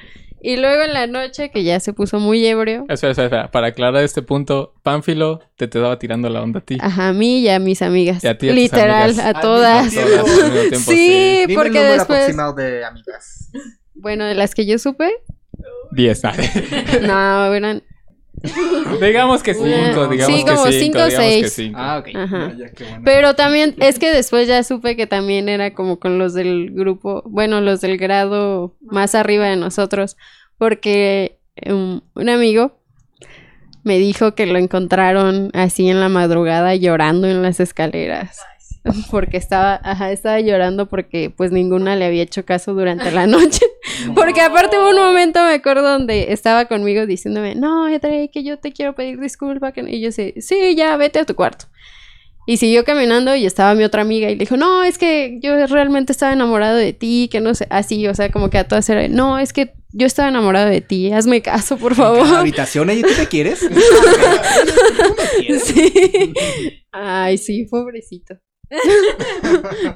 S2: Y luego en la noche, que ya se puso muy ebrio,
S1: Espera, espera, espera. Para aclarar este punto, Pánfilo te te estaba tirando la onda a ti.
S2: ajá, a mí y a mis amigas.
S1: Y a ti y a tus
S2: Literal,
S1: amigas.
S2: a todas.
S1: Todas al mismo tiempo,
S2: Ah, Sí, porque después,
S5: aproximado de amigas.
S2: bueno, de las que yo supe,
S1: Diez. ah,
S2: no, eran
S1: digamos que
S2: Una-
S1: cinco, digamos
S2: sí,
S1: que
S2: como
S1: cinco,
S2: cinco,
S1: digamos que
S2: seis.
S1: cinco.
S5: Ah, ok.
S2: Ajá.
S5: Ya, qué bueno.
S2: Pero también es que después ya supe que también era como con los del grupo, bueno, los del grado más arriba de nosotros, porque um, un amigo me dijo que lo encontraron así en la madrugada llorando en las escaleras. Porque estaba, ajá, estaba llorando porque pues ninguna le había hecho caso durante la noche. Porque aparte hubo un momento, me acuerdo, donde estaba conmigo diciéndome, no, Edrey, que yo te quiero pedir disculpa. que no". Y yo sé, sí, ya, vete a tu cuarto. Y siguió caminando y estaba mi otra amiga y le dijo, no, es que yo realmente estaba enamorado de ti, que no sé, así, o sea, como que a todas era, no, es que yo estaba enamorado de ti, hazme caso, por
S5: Cada
S2: favor.
S5: habitación, ¿y tú te quieres?
S2: Sí. Ay, sí, pobrecito.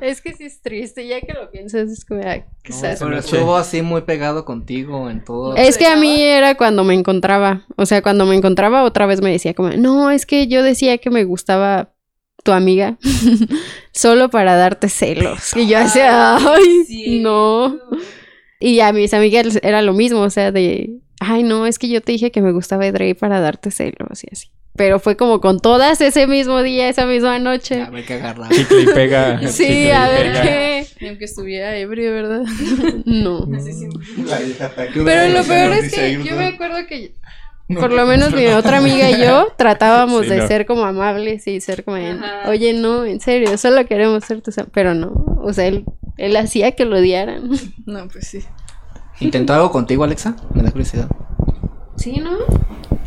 S2: es que sí es triste, ya que lo piensas, es como, ay, quizás.
S5: Pero estuvo así muy pegado contigo en todo.
S2: Es que a mí era cuando me encontraba, o sea, cuando me encontraba otra vez me decía como, no, es que yo decía que me gustaba tu amiga solo para darte celos. Y yo hacía, ay, no. Y a mis amigas era lo mismo, o sea, de, ay, no, es que yo te dije que me gustaba Edrey para darte celos y así. Pero fue como con todas ese mismo día, esa misma noche.
S5: A ver qué agarrar.
S1: Chicle y pega. chicle
S2: Sí,
S1: y
S2: a ver
S1: pega.
S2: qué.
S4: Ni aunque estuviera ebrio, ¿verdad?
S2: No.
S1: Mm.
S3: La vieja está que hubiera
S2: Pero lo
S3: hecho,
S2: peor es
S3: dice
S2: que yo
S3: Ayrton.
S2: me acuerdo que por lo menos mi otra amiga y yo tratábamos
S1: Sí,
S2: de
S1: no.
S2: ser como amables y ser como, en,
S6: Ajá.
S2: oye, no, en serio, solo queremos ser tus am-". Pero no, o sea, él, él hacía que lo odiaran.
S4: No, pues sí.
S5: ¿Intentó algo contigo, Alexa? Me da curiosidad.
S2: Sí, ¿no?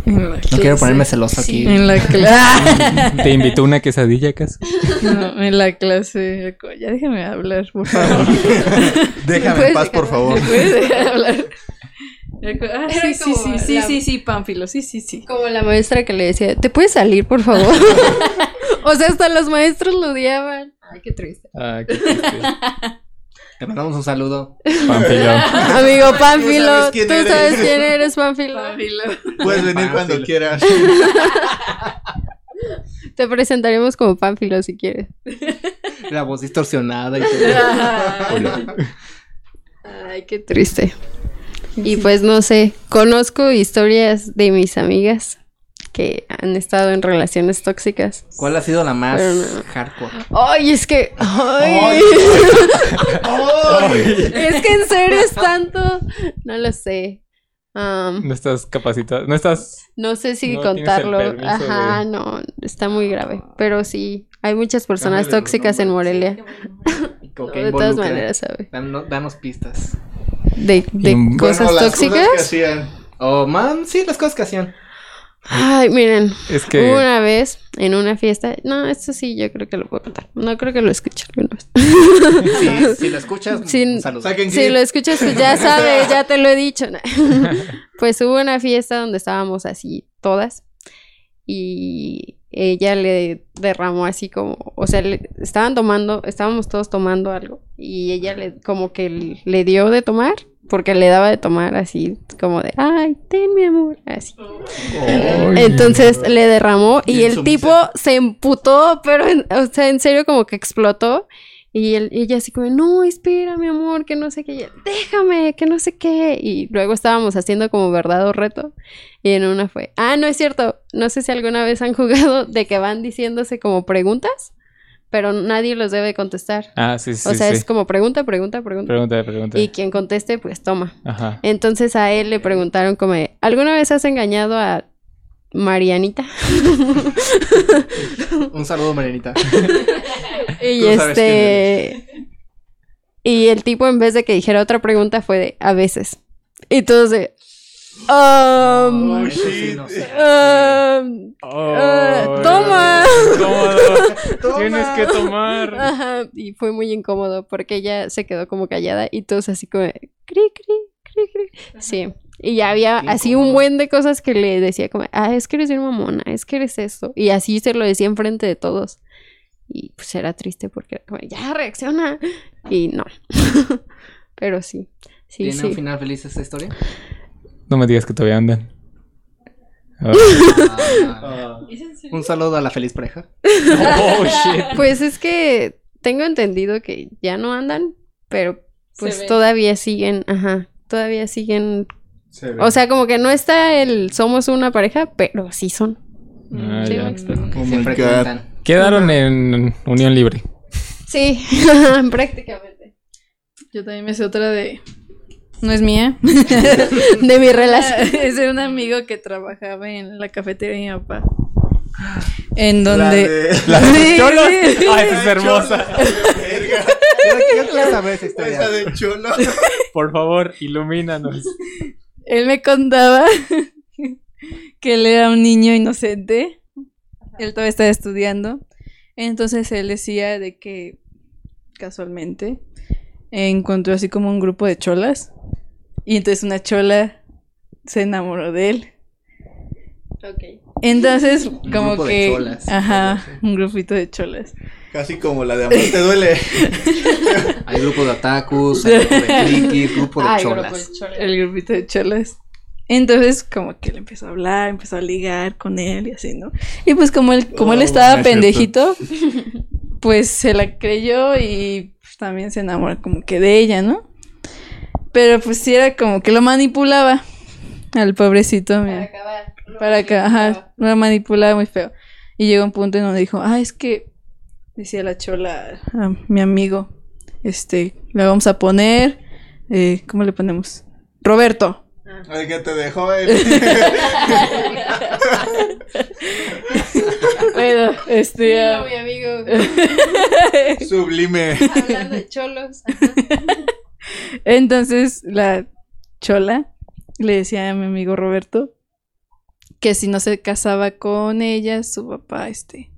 S4: En la
S5: No quiero ponerme celoso
S4: Sí.
S5: aquí.
S4: En la clase.
S1: ¿Te invitó una quesadilla, Cas?
S4: No, en la clase. Ya déjame hablar, por favor.
S3: Déjame en paz, por favor.
S4: ¿Me puedes dejar hablar? Ah, sí,
S6: Era
S4: sí,
S6: como
S4: sí, sí,
S6: la-
S4: sí, sí, Pánfilo, sí, sí, sí.
S2: Como la maestra que le decía, ¿te puedes salir, por favor? o sea, hasta los maestros lo odiaban. Ay, qué triste.
S1: Ah, qué triste.
S5: Te mandamos un saludo.
S1: Pánfilo.
S2: Amigo Pánfilo,
S3: sabes
S2: tú
S3: quién eres.
S2: sabes quién eres, Pánfilo.
S3: Puedes venir cuando
S5: Fácil.
S3: quieras.
S2: Te presentaremos como Pánfilo si quieres.
S5: La voz distorsionada y todo.
S4: Ah.
S2: Ay, qué triste. Y pues no sé, conozco historias de mis amigas que han estado en relaciones tóxicas.
S5: ¿Cuál ha sido la más
S2: Pero no.
S5: hardcore?
S2: Ay, es que... Ay,
S3: ¡Ay!
S2: es que en serio es tanto... No lo sé. Am,
S1: No estás capacitado. No estás.
S2: no sé si
S1: No tienes el
S2: contarlo.
S1: permiso
S2: Ajá,
S1: de-
S2: no, está muy grave. Pero sí, hay muchas personas
S5: Cámbiale los
S2: tóxicas en Morelia.
S5: ¿O qué
S2: de todas
S5: involucra?
S2: maneras, ¿sabes?
S5: Danos, danos pistas.
S2: De, de
S1: Bueno,
S2: cosas
S3: Bueno, las
S2: tóxicas.
S3: cosas que hacían.
S5: O, man, sí, las cosas que hacían.
S2: Ay, miren.
S1: Es que.
S2: Hubo Una vez en una fiesta. No, esto sí, yo creo que lo puedo contar. No creo que lo escuche alguna vez.
S5: Sí, si lo escuchas,
S2: Sí.
S5: un saludo.
S3: Saquen
S2: Si
S3: clip.
S2: lo escuchas, pues ya sabes, ya te lo he dicho. ¿no? pues hubo una fiesta donde estábamos así todas y ella le derramó así como, o sea, le- estaban tomando, estábamos todos tomando algo y ella le como que le dio de tomar porque le daba de tomar así, como de, ay, ten mi amor, así.
S1: Ay.
S2: Entonces le derramó y
S3: Bien
S2: el
S3: sumisa.
S2: tipo se emputó, pero, en- o sea, en serio como que explotó. Y él, y ella así como, no, espera, mi amor, que no sé qué. Y él, déjame, que no sé qué. Y luego estábamos haciendo como verdad o reto. Y en una fue, ah, no es cierto. No sé si alguna vez han jugado de que van diciéndose como preguntas, pero nadie los debe contestar.
S1: Ah, sí, sí,
S2: O sea,
S1: sí.
S2: es como pregunta, pregunta, pregunta.
S1: Pregunta, pregunta.
S2: Y quien conteste, pues toma.
S1: Ajá.
S2: Entonces a él le preguntaron como, de, ¿alguna vez has engañado a Marianita?
S5: Un saludo, Marianita.
S2: y
S5: Tú sabes quién
S2: este... Y el tipo en vez de que dijera otra pregunta fue de, a veces. Y todos de... "Um,
S5: No,
S3: Oh,
S5: eso sí,
S3: shit.
S5: no sé.
S2: um,
S1: Oh,
S2: Ah, toma. Ah.
S1: Incómodo. Tienes que tomar.
S2: ajá". Y fue muy incómodo porque ella se quedó como callada y todos así como, de, cri, cri, cri, cri. Sí. Y ya había
S5: Qué
S2: así
S5: incómodo.
S2: un buen de cosas que le decía como, ah, es que eres bien mamona, es que eres esto. Y así se lo decía enfrente de todos. Y pues era triste porque era como, ya reacciona. Y no. Pero sí. Sí,
S5: ¿Tiene un
S2: sí.
S5: final feliz esta historia?
S1: No me digas que todavía andan. Ah.
S5: Ah, un saludo a la feliz pareja.
S1: Oh, shit.
S2: Pues es que tengo entendido que ya no andan, pero pues
S6: ven.
S2: todavía siguen, ajá, todavía siguen.
S3: Se ve.
S2: O sea, como que no está el somos una pareja, pero sí son.
S1: Ah,
S2: Sí,
S1: ya.
S2: me explico.
S4: Mm,
S5: Que
S3: Oh
S5: se
S3: my
S5: frecuentan.
S1: Quedaron en unión libre.
S2: Sí, prácticamente.
S4: Yo también me sé otra de. No es mía.
S2: De mi relación.
S4: es de un amigo que trabajaba en la cafetería de mi papá. En
S3: La
S4: donde.
S3: de-
S1: ¿Las
S4: Sí,
S1: cholas?
S4: sí.
S1: Ay, Ah, esa es hermosa.
S3: Verga,
S5: Yo, yo quiero saber esa historia.
S3: Esa de cholo.
S1: Por favor, ilumínanos.
S4: Él me contaba que él era un niño inocente. Él todavía estaba estudiando. Entonces él decía de que casualmente encontró así como un grupo de cholas. Y entonces una chola se enamoró de él. Entonces, como
S5: grupo de
S4: que.
S5: cholas.
S4: Ajá, un grupito de cholas.
S3: Casi como la de amor te duele.
S5: Hay grupo de atacus, hay grupo de cliquis, grupo de cholas.
S4: El grupito de cholas. Entonces, como que le empezó a hablar, empezó a ligar con él y así, ¿no? Y pues como él, como él
S3: Oh,
S4: estaba
S3: no es
S4: pendejito, pues se la creyó y pues, también se enamoró como que de ella, ¿no? Pero pues sí era como que lo manipulaba al pobrecito, mira.
S2: acabar.
S4: Para acá, ajá, una manipulada muy feo. Y llegó un punto en donde dijo, ah, es que, decía la chola a mi amigo, este, le vamos a poner, eh, ¿cómo le ponemos? Roberto.
S3: El que te dejó el.
S4: Bueno, este, a-
S2: mi amigo,
S3: Sublime.
S2: hablando de cholos.
S4: entonces la chola le decía a mi amigo Roberto que si no se casaba con ella, su papá, este,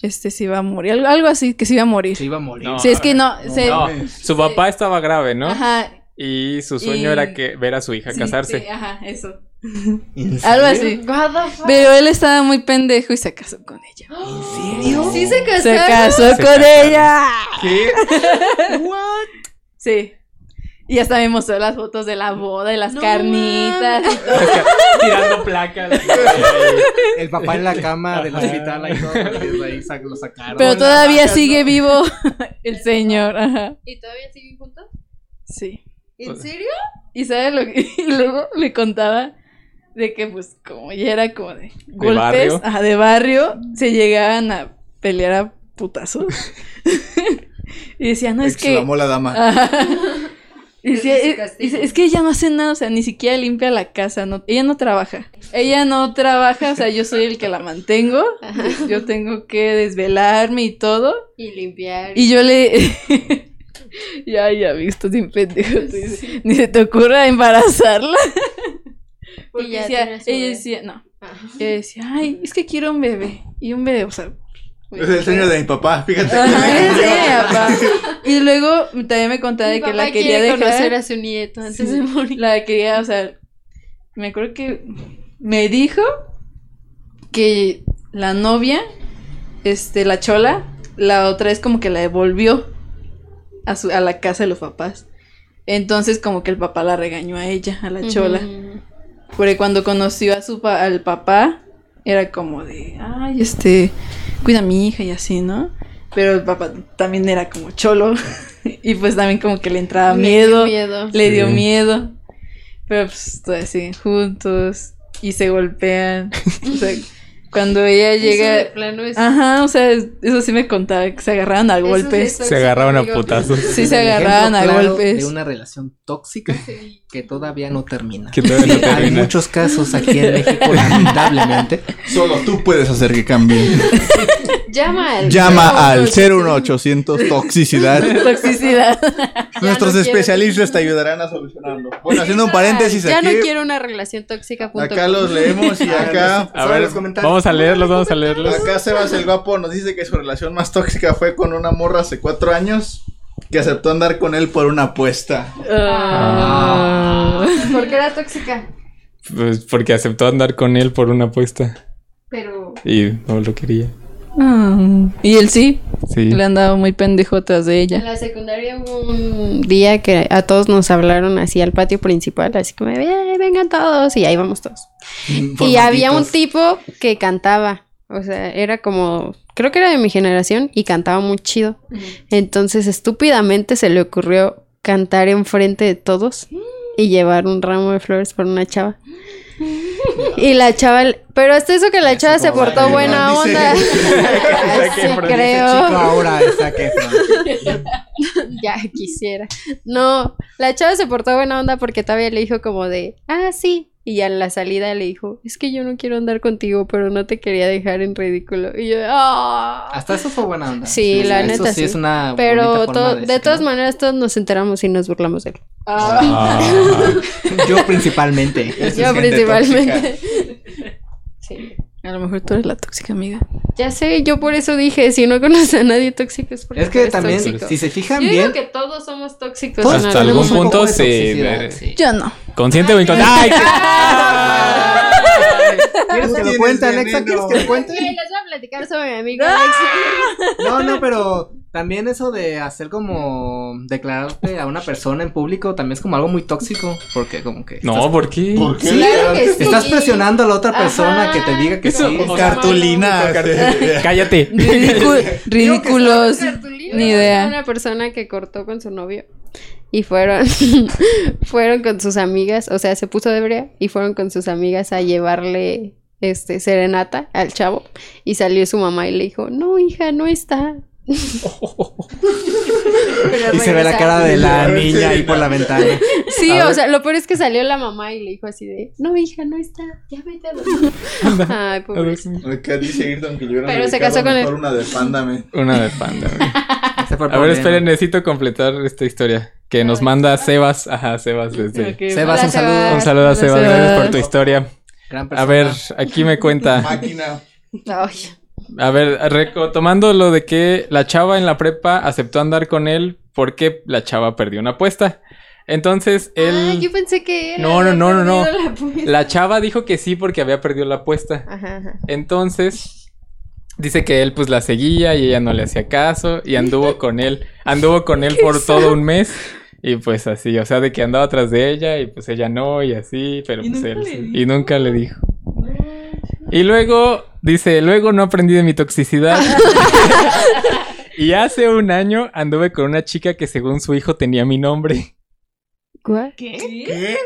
S4: este se iba a morir, algo, algo así, que se iba a morir.
S5: Se
S4: Sí,
S5: iba a morir.
S1: No.
S4: es que no, se-
S1: No, su papá estaba grave, ¿no?
S4: ajá,
S1: Y su sueño
S4: Y-
S1: era que ver a su hija
S4: Sí,
S1: casarse.
S4: sí, ajá, eso.
S5: ¿En
S4: Algo
S5: serio?
S4: así. Pero él estaba muy pendejo y se casó con ella.
S5: ¿En serio?
S6: Sí se
S4: Se
S6: casaron.
S4: casó
S1: Se
S4: con
S1: casaron.
S4: ella.
S1: ¿Qué?
S4: Sí. Y hasta me mostró las fotos de la boda y las
S6: No
S4: carnitas.
S1: Tirando placas.
S5: El papá en la cama del
S1: Ajá.
S5: hospital ahí todo. y Ahí sac- lo sacaron.
S4: Pero
S3: Con la
S4: todavía
S3: vaca,
S4: sigue vivo el señor. Ajá.
S6: ¿Y todavía siguen juntos?
S4: Sí.
S6: ¿En serio?
S4: Y sabe lo que y luego le contaba de que pues como ya era como de golpes,
S1: barrio.
S4: ajá, de barrio, se llegaban a pelear a putazos. y decía, no es que
S3: Exclamó la
S2: Ah,
S3: dama.
S4: Ajá. Y decía,
S6: Ese
S4: "Eh,
S6: castigo".
S4: dice, es que ella no hace nada, o sea, ni siquiera limpia la casa, no, ella no trabaja. Ella no trabaja, o sea, yo soy el que la mantengo, yo tengo que desvelarme y todo.
S2: Y limpiar.
S4: Y yo le... ya, ya, visto, sin pendejo. tú dices, Ni se te ocurra embarazarla. Porque
S2: Y ya
S4: decía-
S2: tenía su
S4: ella
S2: bebé.
S4: decía, no,
S2: Ah.
S4: ella decía, ay, es que quiero un bebé. Y un bebé, o sea...
S3: Es el sueño de mi papá,
S4: Ajá,
S3: fíjate.
S4: ese es de mi papá. Y luego también me contaba de
S2: Mi
S4: que la
S2: papá
S4: quería
S2: quiere
S4: dejar.
S2: conocer a su nieto antes
S4: Sí,
S2: de morir.
S4: La quería, o sea, me acuerdo que me dijo que la novia, este, la chola, la otra es como que la devolvió a, su, a la casa de los papás. Entonces como que el papá la regañó a ella, a la chola. Porque cuando conoció a su pa- al papá, era como de, ay, este, cuida a mi hija y así, ¿no? Pero el papá también era como cholo. y pues también como que le entraba miedo.
S2: miedo.
S4: Le dio
S1: Sí.
S4: miedo. Pero pues todo así, juntos. Y se golpean. O sea, cuando ella
S2: Eso de
S4: llega.
S2: plano es-
S4: Ajá, o sea, eso sí me contaba, que se agarraron a
S2: eso es
S4: golpes.
S1: Se agarraban a
S2: tóxico,
S1: putazos.
S4: Sí, se
S5: El ejemplo
S4: agarraban a
S5: claro
S4: golpes.
S5: De una relación tóxica que todavía no termina.
S1: Que todavía no
S5: Hay
S1: termina.
S5: muchos casos aquí en México, lamentablemente.
S3: Solo tú puedes hacer que cambie.
S2: amigo. Llama al.
S3: Llama al
S2: cero
S3: 01800 Toxicidad.
S4: Toxicidad.
S3: Nuestros
S2: no quiero-
S3: especialistas te ayudarán a solucionarlo. Bueno, haciendo un paréntesis
S2: Ya
S3: aquí.
S2: no quiero una relación tóxica. punto
S3: Acá
S2: com.
S3: los leemos y acá.
S1: A
S5: Son
S1: ver,
S5: los comentarios.
S1: vamos a leerlos, vamos a leerlos.
S3: Acá Sebas el Guapo nos dice que su relación más tóxica fue con una morra hace cuatro años que aceptó andar con él por una apuesta.
S5: Ah.
S2: ¿Por qué era tóxica?
S1: Pues porque aceptó andar con él por una apuesta.
S2: Pero.
S1: Y no lo quería.
S4: Ah. Y él sí,
S1: Sí.
S4: le andaba muy pendejo atrás de
S2: En
S4: ella.
S2: la secundaria hubo un día que a todos nos hablaron así al patio principal, así como, "Eh, vengan todos, y ahí vamos todos. Y había un tipo que cantaba, o sea, era como, creo que era de mi generación y cantaba muy chido. Entonces estúpidamente se le ocurrió cantar enfrente de todos y llevar un ramo de flores por una chava. Y la chava, pero hasta eso que la chava se
S5: como
S2: portó
S5: Zac
S2: buena
S3: Efron,
S2: onda.
S3: dice.
S2: Sí, creo.
S5: ahora está que
S2: Ya quisiera. No, la chava se portó buena onda porque todavía le dijo como de, ah, sí. Y ya en la salida le dijo, es que yo no quiero andar contigo, pero no te quería dejar en ridículo. Y yo, ah.
S5: Hasta eso fue buena onda.
S2: Sí, la
S5: eso
S2: neta,
S5: sí. es
S2: sí.
S5: una bonita
S2: Pero
S5: forma
S2: to- de,
S5: decirlo.
S2: todas maneras todos nos enteramos y nos burlamos de él.
S1: Ah,
S5: Yo principalmente.
S3: Esa es
S2: Yo
S3: gente tóxica.
S2: principalmente. Sí.
S4: A lo mejor tú eres la tóxica amiga.
S2: Ya sé, yo por eso dije, si no conoces a nadie tóxico es porque
S5: Es
S2: tú
S5: que
S2: eres
S5: también,
S2: tóxico.
S5: si se fijan
S2: Yo
S5: bien, Pues,
S2: digo que todos somos tóxicos.
S5: todos
S2: en
S1: Hasta
S2: algo.
S1: algún
S5: tenemos un
S1: punto
S5: poco de
S1: se-
S5: toxicidad, sí.
S4: Yo no.
S1: Consciente o inconsciente. ¡Ay,
S5: ¿Quieres que lo
S3: tienes
S5: cuente, Alexa? ¿Quieres
S3: veneno.
S5: que lo cuente?
S2: Sí, les voy a platicar sobre mi amigo Alex.
S5: No, no, pero también eso de hacer como declararte a una persona en público también es como algo muy tóxico, porque como que
S1: qué? No, ¿por qué?
S3: ¿Por qué?
S2: Claro que sí.
S5: estás presionando a la otra persona
S2: Ajá.
S5: que te diga que
S1: Eso,
S5: sí.
S1: o sea,
S3: Cartulina. este,
S1: Cállate.
S4: Ridicu- ridículos. Ni idea.
S2: Una persona que cortó con su novio y fueron fueron con sus amigas, o sea, se puso de brea y fueron con sus amigas a llevarle este serenata al chavo y salió su mamá y le dijo, "No, hija, no está." Pero
S5: Y se ve la
S2: regresaron.
S5: cara de la
S3: Sí.
S5: niña ahí por la ventana.
S2: Sí,
S5: A
S2: o
S5: ver.
S2: sea, lo peor es que salió la mamá y le dijo así de, "No, hija, no está. Ya vete a dormir." Ay, pobrecita.
S3: Acá dice Ayrton que le hubieran
S2: Pero se
S3: dedicado
S2: casó con
S3: mejor una de Pándame.
S1: Una de panda. güey.
S5: Ese fue el
S1: A ver,
S5: problema.
S1: esperen, necesito completar esta historia. Que nos manda Sebas. Ajá, Sebas desde.
S5: Sebas, un
S2: Hola,
S5: saludo.
S1: Un saludo a
S4: Hola,
S1: Sebas,
S4: Sebas.
S1: gracias por tu historia.
S5: Gran persona.
S1: A ver, aquí me cuenta.
S3: Máquina.
S2: Ay.
S1: A ver, reco- tomando lo de que la chava en la prepa aceptó andar con él porque la chava perdió una apuesta. Entonces él.
S2: Ah, yo pensé que era
S1: No, no, no, no, no.
S2: perdido la apuesta.
S1: La chava dijo que sí porque había perdido la apuesta.
S2: Ajá, ajá.
S1: Entonces, dice que él pues la seguía y ella no le hacía caso y anduvo con él, anduvo con él por todo un mes y pues así, o sea, de que andaba tras de ella y pues ella no y así, pero
S6: Y
S1: pues
S6: nunca
S1: él
S6: le
S1: sí,
S6: dijo.
S1: y nunca le dijo. Y luego dice, luego no aprendí de mi toxicidad. y hace un año anduve con una chica que según su hijo tenía mi nombre.
S2: ¿Cuál?
S6: ¿Qué?
S3: ¿Qué?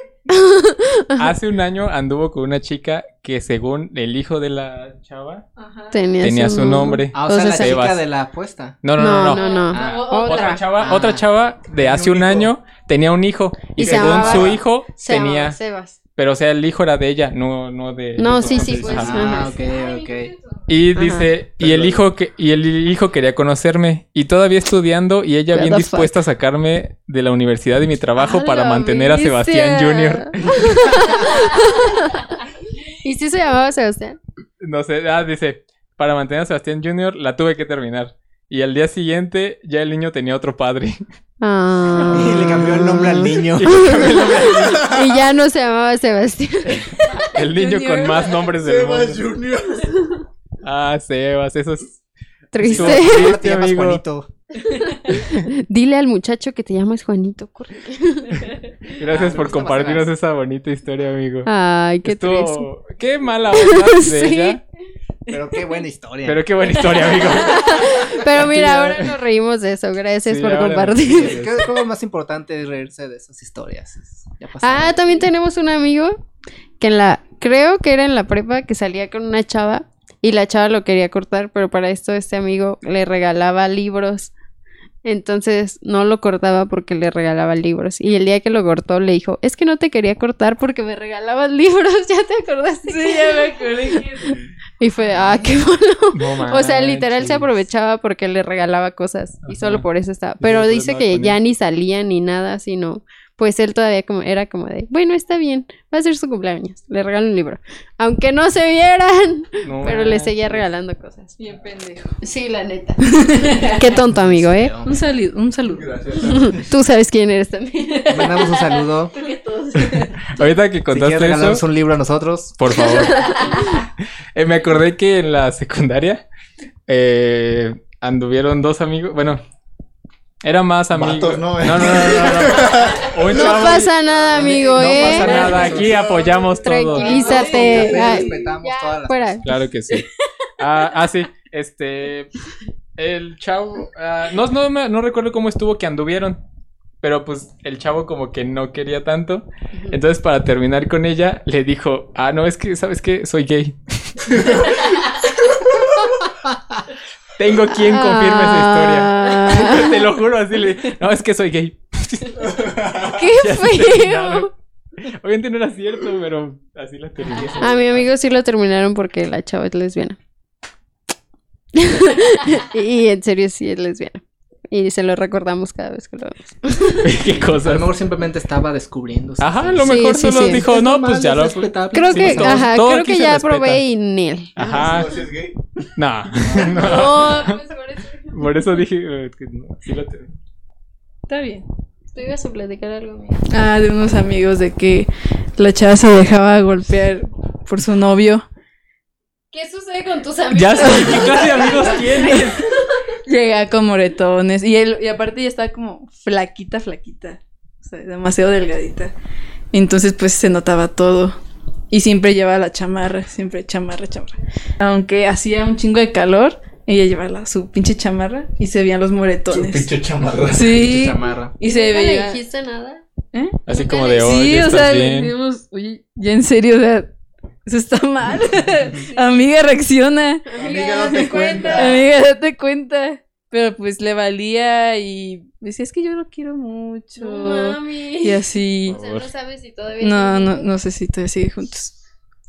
S1: Hace un año anduvo con una chica que según el hijo de la chava
S6: Ajá.
S2: Tenía,
S1: tenía su nombre.
S5: Ah, o sea, la
S2: Entonces,
S5: chica
S1: Sebas.
S5: de la apuesta.
S1: No, no, no,
S2: No,
S1: no.
S2: no, no.
S5: Ah,
S1: Otra,
S2: Otra.
S1: chava,
S5: Ah.
S1: otra chava de hace un
S3: un hijo.
S1: año tenía un hijo y,
S2: Y se
S1: según
S2: llamaba-
S1: su hijo
S2: Se
S1: tenía,
S2: llamaba Sebas.
S1: pero o sea, el hijo era de ella, no no de
S2: No,
S1: de
S2: sí,
S1: su
S2: sí,
S1: hijo.
S2: pues,
S1: Ajá.
S5: Ah,
S2: ajá.
S5: ok, ok.
S1: Y
S2: Ajá.
S1: dice, y el hijo que y el hijo quería conocerme y todavía estudiando y ella
S4: What
S1: bien
S4: the
S1: dispuesta a sacarme de la universidad y mi trabajo
S2: Ah,
S1: para mantener a Sebastián Jr.
S2: ¿Y si se llamaba Sebastián?
S1: No sé, ah, dice, para mantener a Sebastián Jr. la tuve que terminar. Y al día siguiente ya el niño tenía otro padre.
S2: Ah.
S5: Y le cambió el nombre al niño.
S2: Y ya no se llamaba Sebastián.
S1: El niño con
S4: Junior.
S1: más nombres del
S3: Sebas
S1: mundo.
S3: Junior.
S1: Ah, Sebas, eso es
S2: Triste.
S1: Estuvo triste,
S5: Ahora te llamas
S1: amigo.
S5: Juanito.
S2: Dile al muchacho que te llamas Juanito, corre.
S1: Gracias por
S5: Ah, me gusta
S1: compartirnos
S5: pasar.
S1: esa bonita historia, amigo.
S2: Ay, qué triste.
S1: Estuvo- Qué mala onda de
S2: Sí.
S1: ella.
S5: Pero qué buena historia.
S1: Pero qué buena historia, amigo.
S2: Pero mira,
S1: ya.
S2: ahora nos reímos de eso. Gracias
S1: Sí,
S2: por
S1: ahora nos
S2: compartir.
S1: reímos.
S5: Sí, Creo que lo más importante es reírse de esas historias. Es- Ya pasó.
S2: Ah, también tenemos un amigo que en la, creo que era en la prepa, que salía con una chava y la chava lo quería cortar, pero para esto este amigo le regalaba libros. Entonces no lo cortaba porque le regalaba libros. Y el día que lo cortó le dijo, es que no te quería cortar porque me regalabas libros, ¿ya te acordaste?
S6: Sí, ya me acordé.
S2: Y fue, ah, qué bueno.
S1: No
S2: O sea, literal se
S1: manches.
S2: aprovechaba porque le regalaba cosas y
S1: Ajá.
S2: solo por eso estaba.
S1: Y
S2: Pero
S1: solo por
S2: dice
S1: andar
S2: que
S1: con
S2: ya
S1: él.
S2: ni salía ni nada, sino pues él todavía como era como de, bueno, está bien, va a ser su cumpleaños, le regalo un libro. Aunque no se vieran,
S1: No
S2: pero le seguía
S1: manches.
S2: regalando cosas.
S6: Bien pendejo.
S2: Sí, la neta. Qué tonto amigo, ¿eh?
S6: Un saludo, un saludo.
S3: Gracias.
S2: Tú sabes quién eres también.
S5: Te Mandamos un saludo.
S1: Ahorita que
S5: Si quieres
S1: contaste eso,
S5: regalarnos un libro a nosotros.
S1: por favor. Eh, me acordé que en la secundaria eh, anduvieron dos amigos. Bueno, era más amigos.
S3: Vatos, ¿no?
S1: no, no, no, no, Pues, no. Un
S2: No
S1: chavo-
S2: pasa nada, amigo,
S5: No
S2: ¿eh?
S5: pasa
S1: nada, aquí apoyamos todos.
S2: Tranquilízate.
S5: Sí,
S2: Ay,
S5: respetamos
S2: ya,
S5: todas las
S2: fuera.
S1: Claro que sí. Ah, ah, sí. Este. El chavo. ah, no, no, me- no recuerdo cómo estuvo que anduvieron. Pero pues el chavo como que no quería tanto. Entonces para terminar con ella le dijo, ah, no, es que, ¿sabes qué? Soy gay. Tengo quien confirme esa
S2: Ah,
S1: historia. Te lo juro, así le no, es que soy gay.
S2: ¡Qué
S1: Ya se terminaron.
S2: feo!
S1: Obviamente no era cierto, pero así la terminé.
S2: A mi amigo sí lo terminaron porque la chava es lesbiana. y en serio sí es lesbiana. Y se lo recordamos cada vez que lo vemos.
S1: Qué
S5: A lo
S1: cosas.
S5: mejor simplemente estaba descubriendo.
S1: Ajá, a lo
S2: Sí,
S1: mejor
S2: sí,
S1: solo
S2: sí.
S1: dijo, no, pues ya lo... Sí,
S2: Creo
S5: pues,
S2: que,
S1: todo-
S2: ajá,
S1: todo
S2: creo
S1: aquí
S2: que
S1: se
S2: ya
S1: respeta.
S2: probé y Nel.
S1: Ajá,
S3: Si es gay,
S1: no.
S2: Oh,
S1: Por eso dije eh, que no, sí lo tengo.
S6: Está bien.
S2: tú ibas a platicar algo.
S4: Ah, de unos amigos de que la chava se dejaba golpear por su novio.
S2: ¿Qué sucede con tus amigos?
S1: Ya sé qué clase de amigos tienes.
S4: Llegaba con moretones. Y, él, y aparte ella estaba como flaquita, flaquita. O sea, demasiado delgadita. Entonces, pues se notaba todo. Y siempre llevaba la chamarra, siempre chamarra, chamarra. Aunque hacía un chingo de calor, ella llevaba la- su pinche chamarra y se veían los
S3: su
S4: moretones.
S3: pinche chamarra.
S4: Sí.
S5: Chamarra.
S4: Y se
S2: le
S4: veía.
S2: dijiste nada?
S4: ¿Eh?
S1: Así como de hoy.
S4: Sí, o sea, le
S1: bien.
S4: dijimos, oye, ya en serio, o sea, eso está mal. Amiga, reacciona.
S3: Amiga, date cuenta.
S4: Amiga, date cuenta. Pero pues le valía y decía, es que yo lo quiero mucho.
S2: mami.
S4: y así.
S1: O sea, no
S2: sabes si todavía.
S4: No, no, no sé si todavía sigue juntos.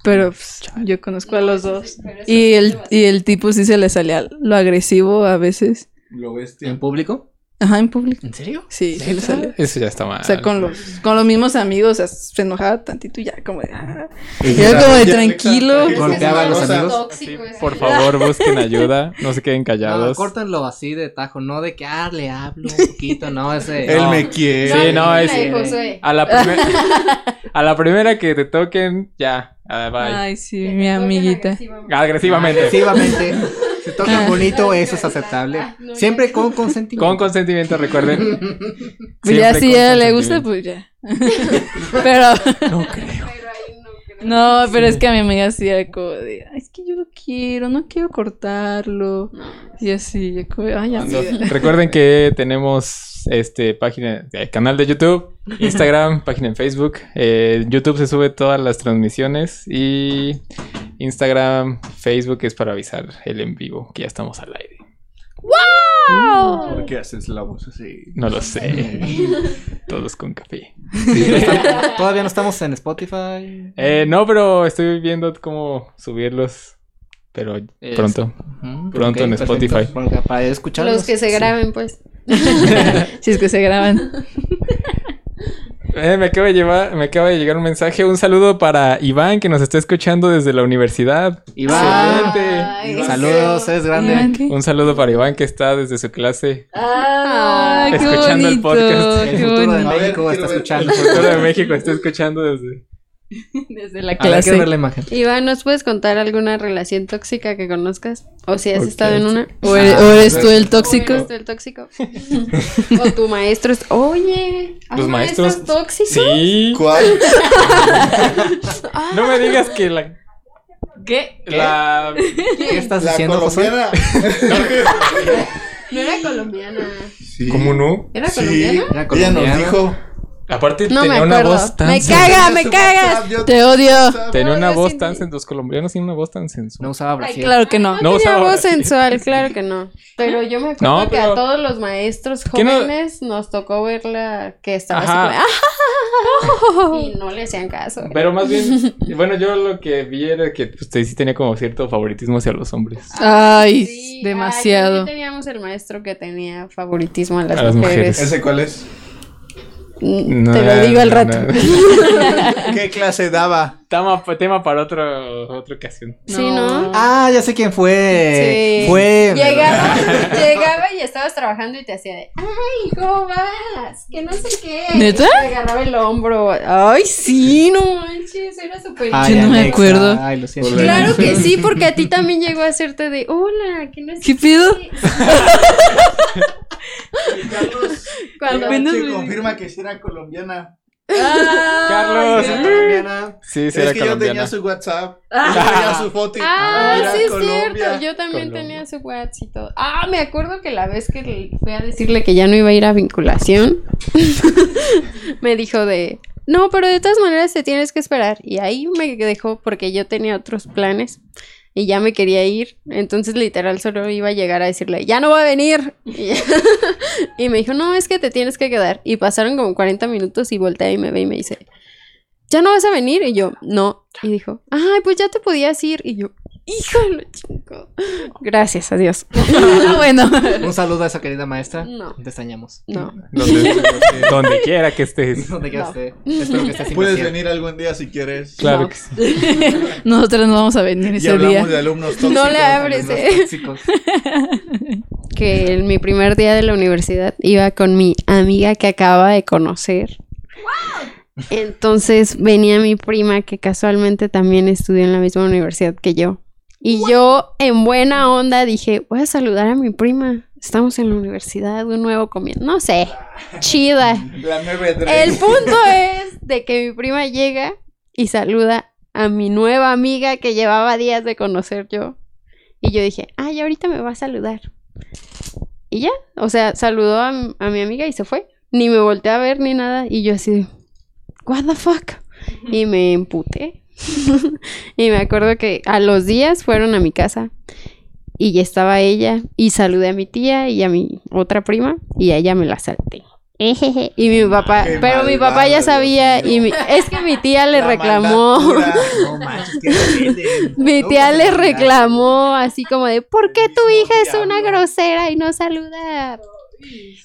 S4: Pero pues, yo conozco a los dos. Y el, y el tipo sí se le salía lo agresivo a veces.
S3: Lo bestia.
S5: ¿En público?
S4: Ajá, en público.
S5: ¿En serio?
S4: Sí, se le salía.
S1: Eso ya está mal.
S4: O sea, con los, con los mismos amigos, o sea, se enojaba tantito y ya, como de. "Ah".
S3: Y
S4: Era
S3: ya-
S4: como de
S3: ya-
S4: tranquilo.
S3: ya-
S5: Golpeaba a los
S3: Rosa.
S5: amigos.
S1: Sí, por favor, busquen ayuda. No se queden
S5: No,
S1: callados.
S5: córtenlo así de tajo, no de que, ah, le hablo un poquito, no, ese...
S3: Él
S5: no.
S3: me quiere.
S1: Sí, no, es-
S2: Josué.
S1: A la, primer- a la primera que te toquen, ya. Ah, bye.
S4: Ay, sí, mi amiguita.
S1: Agresivamente.
S5: Agresivamente. Si tocan
S4: Ah.
S5: bonito, eso es
S2: Ah,
S5: aceptable. Siempre con consentimiento.
S1: Con consentimiento, recuerden.
S4: Pues ya
S1: Siempre
S4: si
S1: con
S4: ella le gusta,
S1: consentimiento.
S4: pues ya. pero,
S1: No creo.
S4: no, pero es que a mi amiga sí era como de, "Ay, es que yo lo quiero, no quiero cortarlo. Y así, yo como, ay,
S1: Cuando-
S4: amiga.
S1: Recuerden que tenemos este página, eh, canal de YouTube, Instagram, página en Facebook. Eh, en YouTube se sube todas las transmisiones y Instagram, Facebook es para avisar el en vivo que ya estamos al aire.
S3: ¿Por qué haces la voz así?
S1: No lo sé. Todos con café.
S5: Sí, no estamos- Todavía no estamos en Spotify.
S1: Eh, no, pero estoy viendo cómo subirlos. Pero
S5: Eso.
S1: pronto.
S5: Este, Ujú,
S1: pronto
S5: ok,
S1: en
S5: perfecto,
S1: Spotify.
S5: porque para escucharlos.
S2: Los que se
S5: sí.
S2: graben, pues.
S4: si es que se graban.
S1: Eh, me, acaba de llevar, me acaba de llegar un mensaje. Un saludo para Iván que nos está escuchando desde la universidad.
S5: Iván,
S1: Excelente.
S2: Ay,
S5: saludos, es grande.
S4: Ay, qué-
S1: Un saludo para Iván que está desde su clase.
S4: Ay, qué
S1: Escuchando el
S4: bonito,
S1: podcast.
S5: El
S4: qué
S5: futuro de
S4: bonito.
S3: A ver,
S5: México
S3: quiero
S5: está
S3: ver.
S5: escuchando.
S1: El futuro de México está escuchando desde.
S4: Desde la
S5: Habrá que ver
S4: clase.
S5: la imagen.
S2: Iván, ¿nos puedes contar alguna relación tóxica que conozcas? O si has
S1: Ok.
S2: estado en una.
S4: O eres, o eres tú el
S2: ¿O
S4: tóxico.
S2: eres tú el tóxico? o tu maestro es. Oye, ¿hay
S1: Los
S2: maestros,
S1: maestros-
S2: tóxicos?
S1: Sí.
S3: ¿Cuál?
S1: No me digas que la.
S6: ¿Qué?
S1: La.
S5: ¿Qué estás
S3: La
S5: diciendo, José?
S3: colombiana.
S2: No era colombiana.
S3: Sí.
S1: ¿Cómo no?
S2: ¿Era
S3: Sí.
S2: colombiana?
S3: Ella
S5: Era
S3: nos
S5: colombiana.
S3: dijo.
S1: Aparte
S2: No me
S1: tenía una
S2: acuerdo.
S1: voz tan.
S2: Me
S1: sen-
S2: caga, me
S3: Yo
S2: cagas.
S3: yo-
S4: Te odio.
S1: Tenía
S2: No,
S1: una
S2: yo
S1: voz
S2: sí-
S1: tan sensual. Los colombianos tienen una voz tan sensual.
S5: No usaba
S4: Ay,
S5: Brasil.
S4: claro que no.
S1: No
S2: No, tenía
S1: usaba
S2: voz
S1: brasil.
S2: sensual, claro que no. Pero yo me acuerdo
S1: No,
S2: que a
S1: pero-
S2: todos los maestros
S1: ¿Qué no-
S2: jóvenes nos tocó verla que estaba
S1: Ajá.
S2: así como, "Ah", y no le hacían caso.
S1: Pero más bien, bueno, yo lo que vi era que usted sí tenía como cierto favoritismo hacia los hombres.
S4: Ay,
S2: Sí, ay,
S4: demasiado.
S2: también teníamos el maestro que tenía favoritismo a las,
S1: A las
S2: mujeres.
S1: mujeres.
S3: ¿Ese cuál es?
S2: Mm, Te lo digo al
S1: no,
S2: rato.
S1: no.
S3: ¿Qué clase daba?
S1: Tema, tema para otro, otra ocasión.
S2: Sí, ¿no?
S5: Ah, ya sé quién fue.
S2: Sí.
S5: Fue.
S2: Llegaba, llegaba y estabas trabajando y te hacía de, ay, ¿cómo vas? Que no sé qué.
S4: ¿Neta?
S2: Te agarraba el hombro. Ay, sí, no manches, era súper
S5: Ay,
S4: Yo no me
S5: Alexa.
S4: acuerdo.
S5: Ay, lo siento.
S2: Claro que sí, porque a ti también llegó a hacerte de, hola, que no sé
S4: ¿Qué pedo?
S3: Carlos.
S2: Cuando-
S4: Apenas
S3: se
S4: me-
S3: confirma que sí era colombiana.
S2: "Ah,
S1: Carlos.
S5: Esa colombiana.
S1: Sí, sí,
S3: es
S1: era
S3: que yo tenía
S1: colombiana.
S3: su WhatsApp. Yo tenía su foto. y-
S2: Ah,
S3: mira,
S2: sí es
S3: Colombia.
S2: cierto. Yo también
S1: Colombia.
S2: tenía su WhatsApp y todo. Ah, me acuerdo que la vez que le fui a decirle que ya no iba a ir a vinculación, me dijo de, no, pero de todas maneras te tienes que esperar. Y ahí me dejó porque yo tenía otros planes. Y ya me quería ir, entonces literal solo iba a llegar a decirle, ya no va a venir. Y, y me dijo, no, es que te tienes que quedar. Y pasaron como 40 minutos y voltea y me ve y me dice, ¿ya no vas a venir? Y yo, no. Y dijo, ay, pues ya te podías ir. Y yo, híjole, chico. Gracias a Dios.
S4: Ah, bueno.
S5: Un saludo a esa querida maestra.
S2: No.
S5: Te extrañamos.
S2: No.
S1: Donde, donde quiera que estés.
S5: ¿Dónde quedaste? Espero que estés sin
S3: Puedes
S5: vacío.
S3: venir algún día si quieres.
S1: Claro
S2: No.
S1: que sí.
S4: Nosotros no vamos a venir
S3: Y
S4: ese
S3: hablamos
S4: día.
S3: de alumnos tóxicos.
S2: No le abres,
S5: Los
S2: eh.
S5: tóxicos.
S2: Que en mi primer día de la universidad iba con mi amiga que acaba de conocer. Entonces venía mi prima que casualmente también estudió en la misma universidad que yo. Y yo en buena onda dije, voy a saludar a mi prima. Estamos en la universidad, un nuevo comienzo. No sé, chida.
S3: La 9
S2: El punto es de que mi prima llega y saluda a mi nueva amiga que llevaba días de conocer yo. Y yo dije, ay, ahorita me va a saludar. Y ya, o sea, saludó a, m- a mi amiga y se fue. Ni me volteé a ver ni nada. Y yo así, de, what the fuck. Y me emputé. y me acuerdo que a los días fueron a mi casa. Y ya estaba ella. Y saludé a mi tía y a mi otra prima. Y a ella me la salté. Ejeje. Y mi papá,
S3: Qué
S2: pero mi papá ya
S3: malvado,
S2: sabía
S3: Dios
S2: y
S3: mío.
S2: mi- es que mi tía le reclamó.
S3: No manches, que rebelde.
S2: Mi
S3: No,
S2: tía
S3: no, pues,
S2: le
S3: no,
S2: reclamó así como de, ¿por qué tu
S3: Mismo
S2: hija es una
S3: diablo".
S2: grosera y no saluda?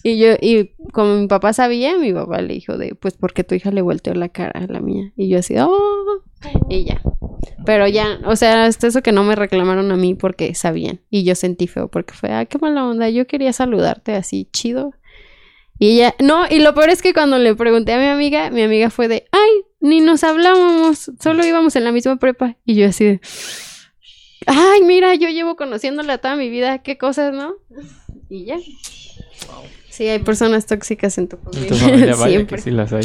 S2: Y yo, y como mi papá sabía, mi papá le dijo de, pues porque tu hija le volteó la cara a la mía. Y yo así, oh, y ya. Pero ya, o sea, hasta eso que no me reclamaron a mí porque sabían. Y yo sentí feo porque fue, ah, qué mala onda, yo quería saludarte así, chido. Y ella, no, y lo peor es que cuando le pregunté a mi amiga, mi amiga fue de, ay, ni nos hablábamos, solo íbamos en la misma prepa. Y yo así de, ay, mira, yo llevo conociéndola toda mi vida, qué cosas, ¿no? Y ya. Sí, hay personas tóxicas en tu
S1: En
S2: familia.
S1: tu familia, vaya
S2: Siempre.
S1: que sí las hay.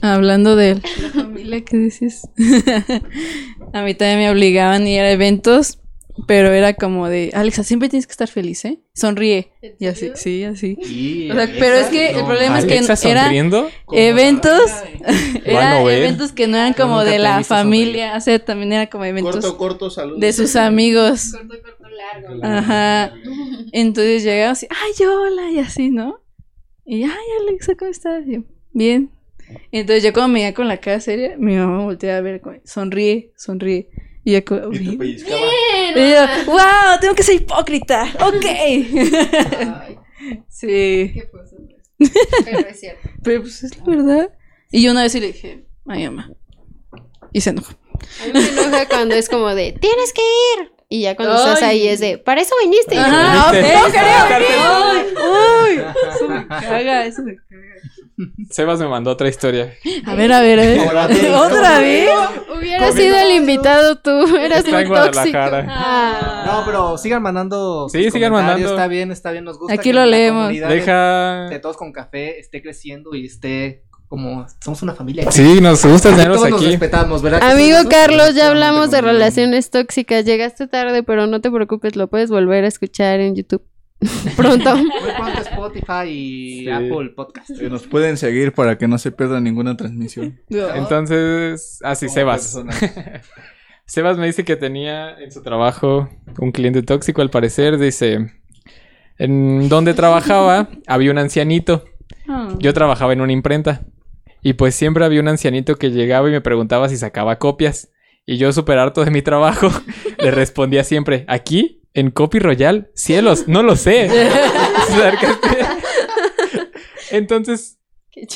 S4: Hablando de la familia, ¿qué dices? a mí también me obligaban a ir a eventos, pero era como de, Alexa, siempre tienes que estar feliz, ¿eh? Sonríe. Y así, sí, así.
S5: Sí,
S4: O sea,
S5: Alexa,
S4: pero es que el problema es que
S1: ¿Alexa
S4: era-
S1: sonriendo?
S4: Eventos,
S1: Van a
S4: eran
S1: ver.
S4: eventos que no eran
S5: Yo
S4: como
S5: nunca
S4: de
S5: te he
S4: la
S5: visto sonreír.
S4: familia, o sea, también era como eventos
S3: Corto, corto, saludos.
S4: de sus amigos.
S2: Corto, corto, largo.
S4: Ajá. Entonces llegaba así, ay, hola, y así, ¿no? Y, ay, Alexa, ¿cómo estás? Y yo, bien. Entonces yo cuando me iba con la cara seria, mi mamá volteaba a ver, como, sonríe, sonríe. Y yo, como,
S3: Y te
S4: "Uy".
S3: pellizcaba.
S2: Eh,
S4: Y yo, wow, tengo que ser hipócrita, ok. sí,
S2: Pero es cierto.
S4: pero pues es la verdad. Y yo una vez sí le dije, a mi mamá. Y se enojó.
S2: A mí me enoja cuando es como de, tienes que ir. Y ya cuando estás ahí es de, para eso viniste.
S4: Ajá,
S1: ¿Viste?
S4: ok, ok,
S1: Cartel.
S4: ok. Uy, uy, eso me caga, eso me caga.
S1: Sebas me mandó otra historia.
S4: A ver, a ver, a ver.
S3: Ahora te-
S4: ¿Otra vez?
S2: Hubieras sido el invitado tú, eras
S1: Está
S2: muy
S1: en
S2: tóxico.
S1: Guadalajara.
S2: Ah.
S5: No, pero sigan mandando.
S1: Sí,
S5: sus
S1: sigan
S5: comentarios,
S1: mandando.
S5: Está bien, está bien, nos gusta.
S4: Aquí
S5: que
S4: lo
S5: la
S4: leemos.
S5: comunidad de-
S1: Deja.
S5: De todos con café esté creciendo y esté como. Somos una familia.
S1: Sí, nos gusta tenerlos
S5: todos nos
S1: aquí.
S5: respetamos, ¿verdad? que
S2: Amigo
S5: sí, no?
S2: Carlos, ya
S5: Solamente
S2: hablamos de
S5: como-
S2: relaciones tóxicas. Llegaste tarde, pero no te preocupes, lo puedes volver a escuchar en YouTube pronto.
S5: Muy pronto Spotify y
S1: Sí.
S5: Apple Podcast.
S3: Que Nos pueden seguir para que no se pierda ninguna transmisión.
S1: Entonces, ah, sí,
S3: Como
S1: Sebas.
S3: persona.
S1: Sebas me dice que tenía en su trabajo un cliente tóxico, al parecer. Dice, en donde trabajaba había un ancianito. Yo trabajaba en una imprenta. Y pues siempre había un ancianito que llegaba y me preguntaba si sacaba copias. Y yo, súper harto de mi trabajo, le respondía siempre, aquí, en Copy Royal, cielos, no lo sé. Ah. Sarcasti- Entonces,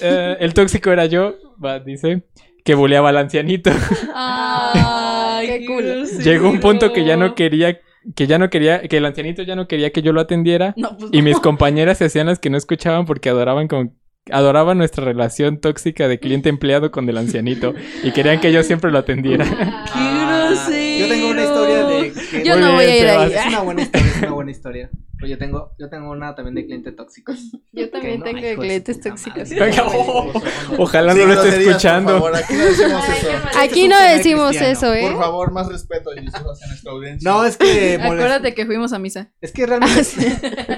S1: eh, el tóxico era yo, va, dice, que buleaba al ancianito.
S6: Ay,
S2: Qué cool.
S6: grosero.
S1: Llegó un punto que ya no quería, que ya no quería, que el ancianito ya no quería que yo lo atendiera.
S4: No, pues
S1: Y mis compañeras se hacían las que no escuchaban porque adoraban con- adoraban nuestra relación tóxica de cliente empleado con el ancianito y querían que yo siempre lo atendiera.
S6: Qué
S5: Ah,
S6: grosero.
S5: Yo tengo una historia de. que-
S4: Yo
S1: Muy
S4: no voy
S1: bien,
S4: a ir ahí.
S1: Sebas.
S5: Es una buena historia, es una buena historia. Pero yo tengo, yo tengo una también de clientes tóxicos.
S2: Yo también
S5: Que no,
S2: tengo
S5: hijo de
S2: clientes
S5: su puta
S2: tóxicos.
S5: madre.
S1: Venga, oh, Ojalá no
S3: Sí,
S1: lo esté
S3: groserías, Por
S1: escuchando.
S3: favor, aquí no decimos eso.
S2: Aquí
S5: Este
S2: no
S5: es un canal
S2: decimos
S5: cristiano.
S2: eso, ¿eh?
S3: Por favor, más respeto Jesús, hacia nuestra audiencia.
S5: No, es que. molest-
S4: Acuérdate que fuimos a misa.
S5: Es que realmente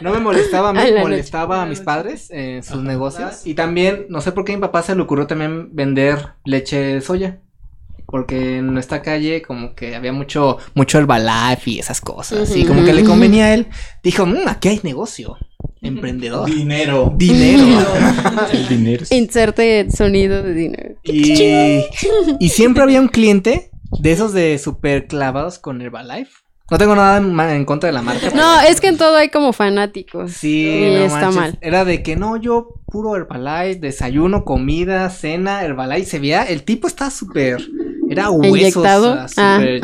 S5: no me molestaba a mí,
S2: A la noche.
S5: molestaba a mis padres en sus negocios. Y también, no sé por qué a mi papá se le ocurrió también vender leche de soya. Porque en esta calle como que había mucho, mucho Herbalife y esas cosas. Y como que le convenía a él. Dijo, "Mm, aquí hay negocio. Emprendedor.
S3: dinero.
S5: Dinero.
S1: El dinero.
S2: Inserte el sonido de dinero.
S5: Y, y siempre había un cliente de esos de super clavados con Herbalife. No tengo nada en, ma- en contra de la marca. pero-
S2: No, es que en todo hay como fanáticos.
S5: Sí,
S2: pues, Y
S5: no
S2: está
S5: manches.
S2: mal.
S5: Era de que no, yo puro Herbalife, desayuno, comida, cena, Herbalife. Se veía, el tipo está súper. Era huesos.
S2: ¿Inyectado?
S5: o sea, súper-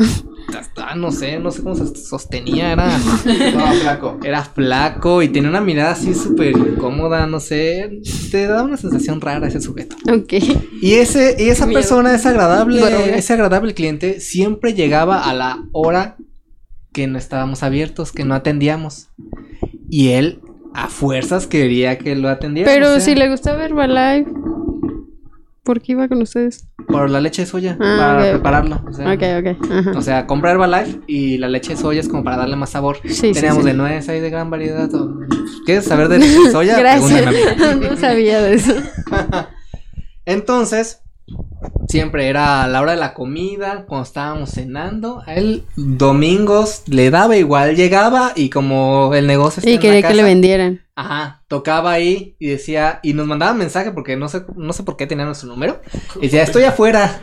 S5: ah, no sé, no sé cómo se sostenía. Era,
S3: No, flaco.
S5: era flaco y tenía una mirada así súper incómoda, no sé. Te daba una sensación rara ese sujeto.
S2: Ok.
S5: Y ese, y esa
S2: Miedo.
S5: persona, ese agradable,
S2: Droga.
S5: ese agradable cliente, siempre llegaba a la hora que no estábamos abiertos, que no atendíamos. Y él a fuerzas quería que lo atendiera.
S2: Pero si le gustaba Herbalife, ¿por qué iba con ustedes?
S5: Por la leche de soya,
S2: Ah,
S5: para
S2: ok.
S5: prepararlo. O sea,
S2: Ok, ok.
S5: o
S2: Ajá.
S5: sea, comprar Herbalife y la leche de soya es como para darle más sabor.
S2: Sí, sí,
S5: Teníamos
S2: sí.
S5: de nuez, hay de gran variedad. o- ¿Quieres saber de leche de soya? Pregúntame a mí.
S2: Gracias. No sabía de eso.
S5: Entonces, siempre era a la hora de la comida, cuando estábamos cenando, a él domingos le daba igual, llegaba y como el negocio está
S2: Y
S5: en la
S2: quería que le
S5: casa,
S2: vendieran.
S5: Ajá, tocaba ahí y decía, y nos mandaba mensaje porque no sé, no sé por qué tenían su número. Y decía, estoy afuera.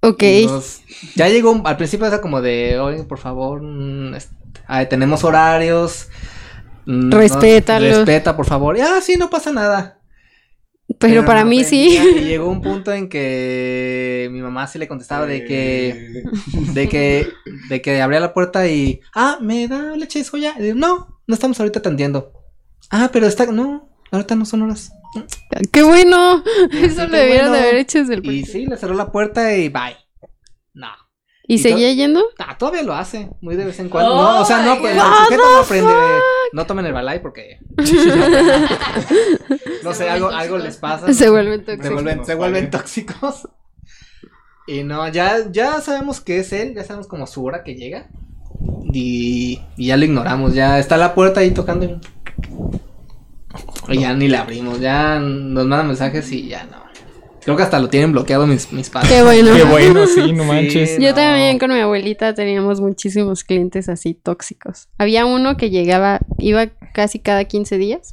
S2: Ok.
S5: Y nos- ya llegó, un- al principio era como de, oye, por favor, mm, es- ay, tenemos horarios. mm, no-
S2: Respétalos.
S5: Respeta, por favor. Y, ah, sí, no pasa nada.
S2: Pero para
S5: no
S2: mí
S5: aprendía,
S2: sí.
S5: y llegó un punto en que mi mamá sí le contestaba de
S3: Eh.
S5: que, de que, de que abría la puerta y, ah, me da leche de soya. Y yo, no, no estamos ahorita atendiendo. Ah, pero está, no, ahorita no son horas.
S2: ¡Qué bueno!
S5: Y así,
S2: Eso
S5: qué
S2: lo debieron de
S5: bueno.
S2: haber hecho desde el
S5: Y
S2: principio.
S5: sí, le cerró la puerta y bye. No.
S2: ¿Y,
S5: y
S2: seguía
S5: to-
S2: yendo?
S5: Ah, todavía lo hace, muy de vez en cuando. no, o sea, no, pues el
S2: God.
S5: sujeto no aprende. No tomen el balay porque. no sé, algo, algo les pasa.
S2: Se vuelve
S5: se
S2: tóxico.
S5: vuelven, se vuelven tóxicos. Y no, ya, ya sabemos que es él, ya sabemos como su hora que llega. Y, y ya lo ignoramos, ya está la puerta ahí tocando. y- Y ya ni la abrimos, ya nos mandan mensajes y ya no. Creo que hasta lo tienen bloqueado mis, mis padres.
S2: Qué bueno.
S1: Qué bueno, sí, no
S5: Sí.
S1: manches.
S2: Yo
S5: No.
S2: también con mi abuelita teníamos muchísimos clientes así tóxicos. Había uno que llegaba, iba casi cada 15 días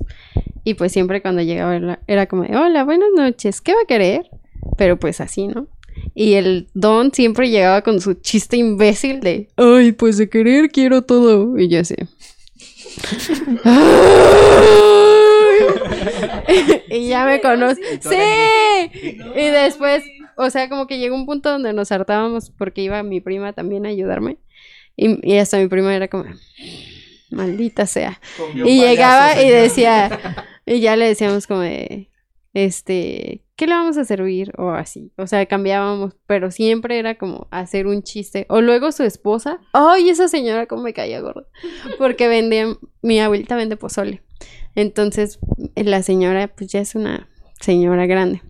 S2: y pues siempre cuando llegaba era- era como, de, hola, buenas noches, ¿qué va a querer? Pero pues así, ¿no? Y el don siempre llegaba con su chiste imbécil de, ay, pues de querer quiero todo. Y yo así. y ya me conoce. ¡Sí! Y después, o sea, como que llegó un punto donde nos hartábamos porque iba mi prima también a ayudarme. Y, y hasta mi prima era como, "Ah, maldita sea. Y llegaba y decía, y ya le decíamos como de, este, ¿qué le vamos a servir? O así, o sea, cambiábamos, pero siempre era como hacer un chiste. O luego su esposa, ¡ay, esa señora cómo me caía gorda! Porque vendía, mi abuelita vende pozole. Entonces, la señora, pues ya es una señora grande.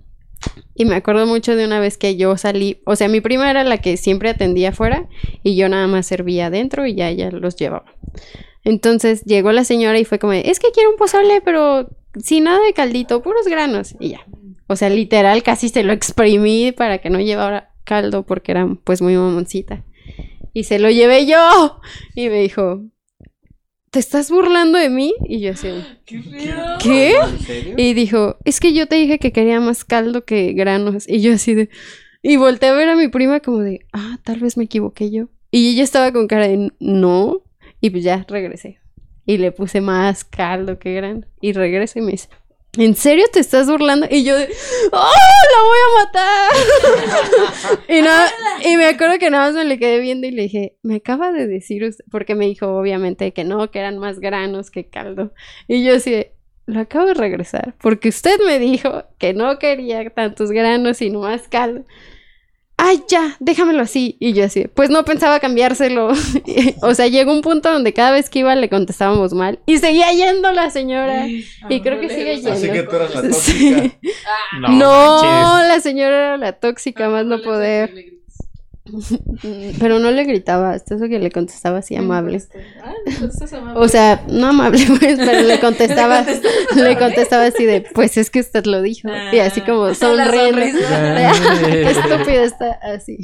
S2: Y me acuerdo mucho de una vez que yo salí, o sea, mi prima era la que siempre atendía afuera y yo nada más servía adentro y ya ella los llevaba. Entonces llegó la señora y fue como, de, es que quiero un pozole, pero sin nada de caldito, puros granos. Y ya. O sea, literal, casi se lo exprimí para que no llevara caldo porque era pues muy mamoncita. Y se lo llevé yo. Y me dijo, ¿te estás burlando de mí? Y yo así,
S6: ¡Qué feo!
S2: ¿qué?
S5: ¿En serio?
S2: Y dijo, es que yo te dije que quería más caldo que granos. Y yo así de... Y volteé a ver a mi prima como de, ah, tal vez me equivoqué yo. Y ella estaba con cara de, no. Y pues ya regresé. Y le puse más caldo que grano. Y regreso y me dice, ¿en serio te estás burlando? Y yo de, ¡oh, la voy a matar! y, nada- y me acuerdo que nada más me le quedé viendo y le dije, me acaba de decir usted, porque me dijo obviamente que no, que eran más granos que caldo. Y yo así de, lo acabo de regresar porque usted me dijo que no quería tantos granos sino más caldo. Ay, ya, déjamelo así. Y yo así, pues no pensaba cambiárselo. o sea, llegó un punto donde cada vez que iba le contestábamos mal y seguía yendo la señora. Y creo que sigue yendo.
S3: Así que tú eras la tóxica.
S2: Sí. No,
S1: manches.
S2: la señora era la tóxica, más no poder. Pero no le gritaba, hasta eso que le contestaba así amable.
S6: Ah, estás amable.
S2: O sea, no amable, pues, pero le contestaba, le contestaba así de, pues es que usted lo dijo. y
S4: Ah,
S2: así como
S6: La
S2: sonriendo.
S1: Ah.
S6: sonrisa.
S2: Qué estúpido está así.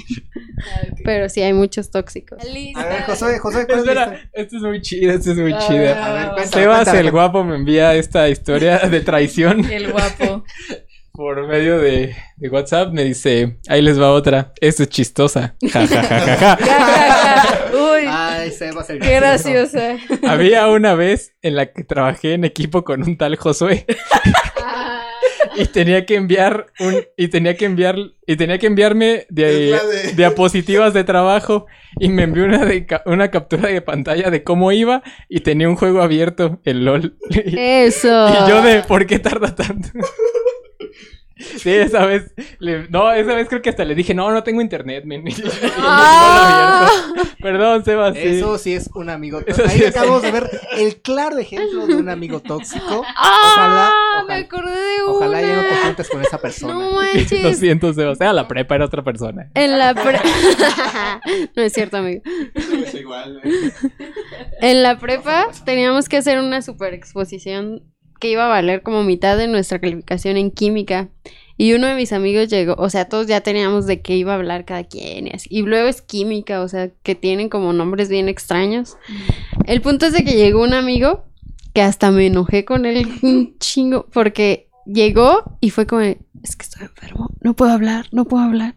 S2: Pero sí, hay muchos tóxicos.
S5: A ver, José, José, ¿cuál es la historia?
S1: Espera, Pues esto es muy chido, esto es muy
S6: Ah,
S1: chido.
S5: A ver, cuéntame,
S1: Sebas
S5: cuéntame.
S1: el guapo me envía esta historia de traición
S6: El guapo.
S1: por medio de, de WhatsApp. Me dice, ahí les va otra. Esto es chistosa. Ja, ja, ja, ja, ja.
S6: Uy,
S5: Ay, Sebas el
S6: qué
S5: gracioso.
S6: graciosa.
S1: Había una vez en la que trabajé en equipo con un tal Josué. Y
S5: Ah.
S1: tenía que enviar un y tenía que enviar y tenía que enviarme de-
S3: Es la de-
S1: diapositivas de trabajo y me envió una de ca- una captura de pantalla de cómo iba y tenía un juego abierto, el LOL. Y,
S2: Eso.
S1: y yo de ¿por qué tarda tanto? Sí, esa vez, le- no, esa vez creo que hasta le dije, no, no tengo internet, men. Y- y- y- abierto. Perdón, Sebas. sí.
S5: Eso sí es un amigo
S1: Eso
S5: tóxico. Ahí
S1: sí es-
S5: acabamos de ver el claro ejemplo de un amigo tóxico. Ojalá,
S2: ¡Ah!
S5: ojalá,
S2: Me acordé de una.
S5: ojalá ya no te juntes con esa persona.
S2: No
S1: Lo
S2: manches.
S1: siento, Sebastián. la prepa era otra persona.
S2: En la pre- no es cierto, amigo.
S3: Es igual, eh, güey.
S2: En la prepa teníamos que hacer una super exposición que iba a valer como mitad de nuestra calificación en química. Y uno de mis amigos llegó, o sea, todos ya teníamos de qué iba a hablar cada quien y así. Y luego es química, o sea, que tienen como nombres bien extraños. El punto es de que llegó un amigo que hasta me enojé con él un chingo porque llegó y fue como, es que estoy enfermo, no puedo hablar, no puedo hablar.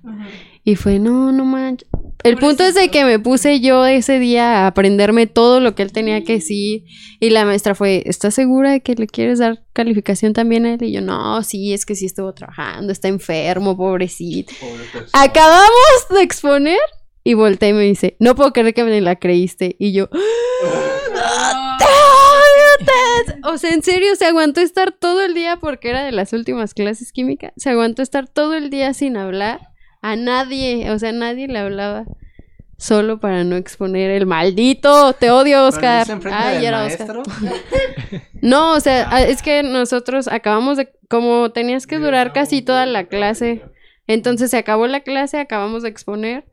S2: Y fue, no, no manches. El punto es de que me puse yo ese día a aprenderme todo lo que él tenía que decir. Y la maestra fue, ¿estás segura de que le quieres dar calificación también a él? Y yo, no, sí, es que sí estuvo trabajando, está enfermo, pobrecito.
S3: Pobre persona.
S2: Acabamos de exponer y volteé y me dice, no puedo creer que me la creíste. Y yo, ¡Te odio, te odio! O sea, en serio, se aguantó estar todo el día porque era de las últimas clases química. Se aguantó estar todo el día sin hablar a nadie. O sea, nadie le hablaba. Solo para no exponer el maldito. Te odio, Oscar.
S5: Pero no
S2: Ay,
S5: Ay,
S2: era Oscar.
S5: maestro. Ah.
S2: No, o sea, a- es que nosotros acabamos de. Como tenías que durar casi toda la clase. Entonces se acabó la clase, acabamos de exponer.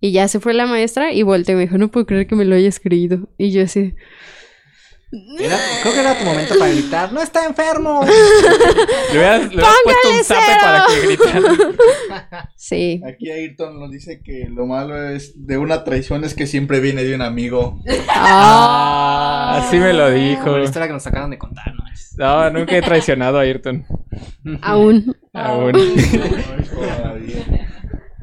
S2: Y ya se fue la maestra y volteó y me dijo: No puedo creer que me lo hayas creído. Y yo así.
S5: Era- creo que era tu momento para gritar. ¡No está enfermo!
S1: Le hubieras, le hubieras puesto un zape para que gritara.
S2: Sí.
S3: Aquí Ayrton nos dice que lo malo es de una traición es que siempre viene de un amigo.
S2: ah,
S1: Ah, así me lo dijo.
S5: Como la historia que nos acabaron de contar, ¿no? Es-
S1: No, nunca he traicionado a Ayrton. Ah,
S2: Aún.
S1: Aún.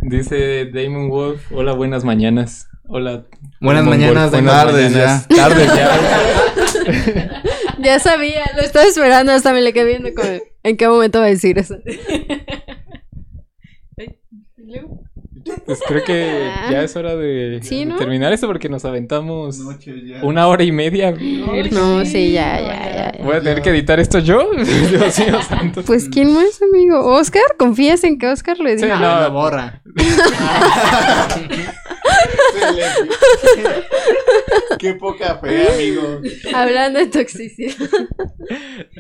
S1: Dice Damon Wolf, hola, buenas mañanas. Hola.
S5: Buenas
S1: Damon
S5: mañanas,
S1: Wolf,
S5: Damon.
S3: Tardes
S1: ya. Tardes ya.
S2: Ya sabía, lo estaba esperando, hasta me le quedé viendo como, en qué momento va a decir eso.
S6: Ay, ¿y luego?
S1: Pues creo que ya es hora de
S2: Sí, ¿no?
S1: terminar esto porque nos aventamos
S3: Noche ya.
S1: una hora y media. Voy
S2: No, sí, ya, ya, ya. ya.
S1: a tener que editar esto yo. Dios mío santo.
S2: Pues, ¿quién más, amigo? ¿Oscar? ¿Confías en que Oscar lo
S1: Sí,
S2: edita?
S1: no.
S5: La borra.
S3: Qué poca fe, amigo.
S2: Hablando de toxicidad.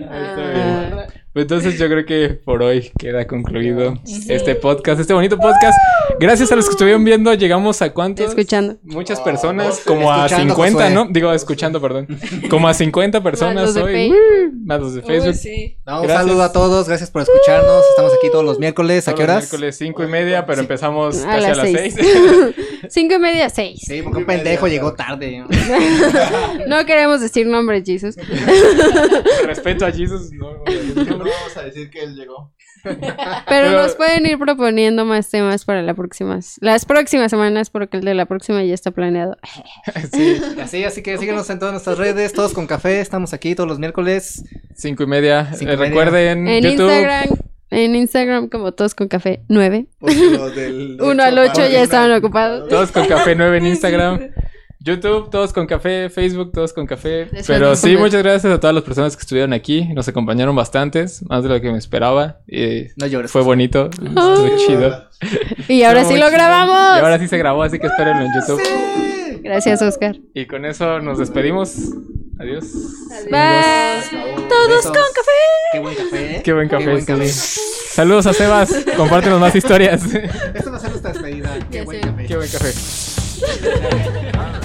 S2: Ah,
S1: Ahí está bien. Pues entonces yo creo que por hoy queda concluido este podcast, este bonito podcast. Gracias a los que estuvieron viendo, llegamos a cuántos.
S2: Escuchando.
S1: Muchas
S3: Oh,
S1: personas,
S3: doce.
S1: como a
S5: Escuchando,
S1: 50,
S5: Josué.
S1: ¿no? Digo, escuchando, perdón. Como a 50 personas
S2: los de
S1: hoy.
S2: Face-
S1: Woo, Más los de Facebook.
S6: sí.
S5: No, un
S1: Gracias.
S5: saludo a todos, gracias por escucharnos. Estamos aquí todos los miércoles. ¿A qué
S1: Todos los
S5: horas?
S1: Miércoles 5 y media, pero empezamos
S2: A
S1: casi
S2: Ah, las
S1: a las
S2: seis.
S1: 6.
S2: Cinco y media, seis.
S5: Sí, porque un pendejo llegó tarde. ¿no?
S2: No queremos decir nombres, Jesus.
S1: Respeto a Jesus. No,
S3: No vamos a decir que él llegó.
S2: Pero
S1: Pero-
S2: nos pueden ir proponiendo más temas para la próxima, las próximas semanas, porque el de la próxima ya está planeado.
S1: sí,
S5: Así, así que síguenos en todas nuestras redes, todos con café. Estamos aquí todos los miércoles.
S1: 5 y media.
S5: Cinco
S1: Eh,
S5: y media.
S1: recuerden,
S2: En
S1: YouTube.
S2: Instagram, en Instagram como todos con café 9.
S3: Porque los del
S2: Uno al
S3: ocho
S2: ocho
S3: para
S2: ya
S3: arriba.
S2: estaban ocupados.
S1: Todos con café 9 en Instagram. YouTube, todos con café, Facebook, todos con café.
S2: Después
S1: Pero
S2: nos
S1: sí,
S2: comen-
S1: muchas gracias a todas las personas que estuvieron aquí. Nos acompañaron bastantes, más de lo que me esperaba. Y
S5: No llores.
S1: fue bonito, estuvo chido.
S2: Y ahora
S1: Estuvo
S2: sí lo
S1: chido.
S2: grabamos.
S1: Y ahora sí se grabó, así que espérenlo en YouTube.
S2: Gracias, Oscar.
S1: Y con eso nos despedimos. Adiós.
S2: Bye.
S5: Todos con café. Qué buen café. ¿eh?
S1: Qué buen café.
S5: buen café.
S1: Saludos a Sebas. Compártenos más historias.
S5: Esta va a ser nuestra despedida. Qué buen
S2: sé.
S5: café.
S1: Qué buen café.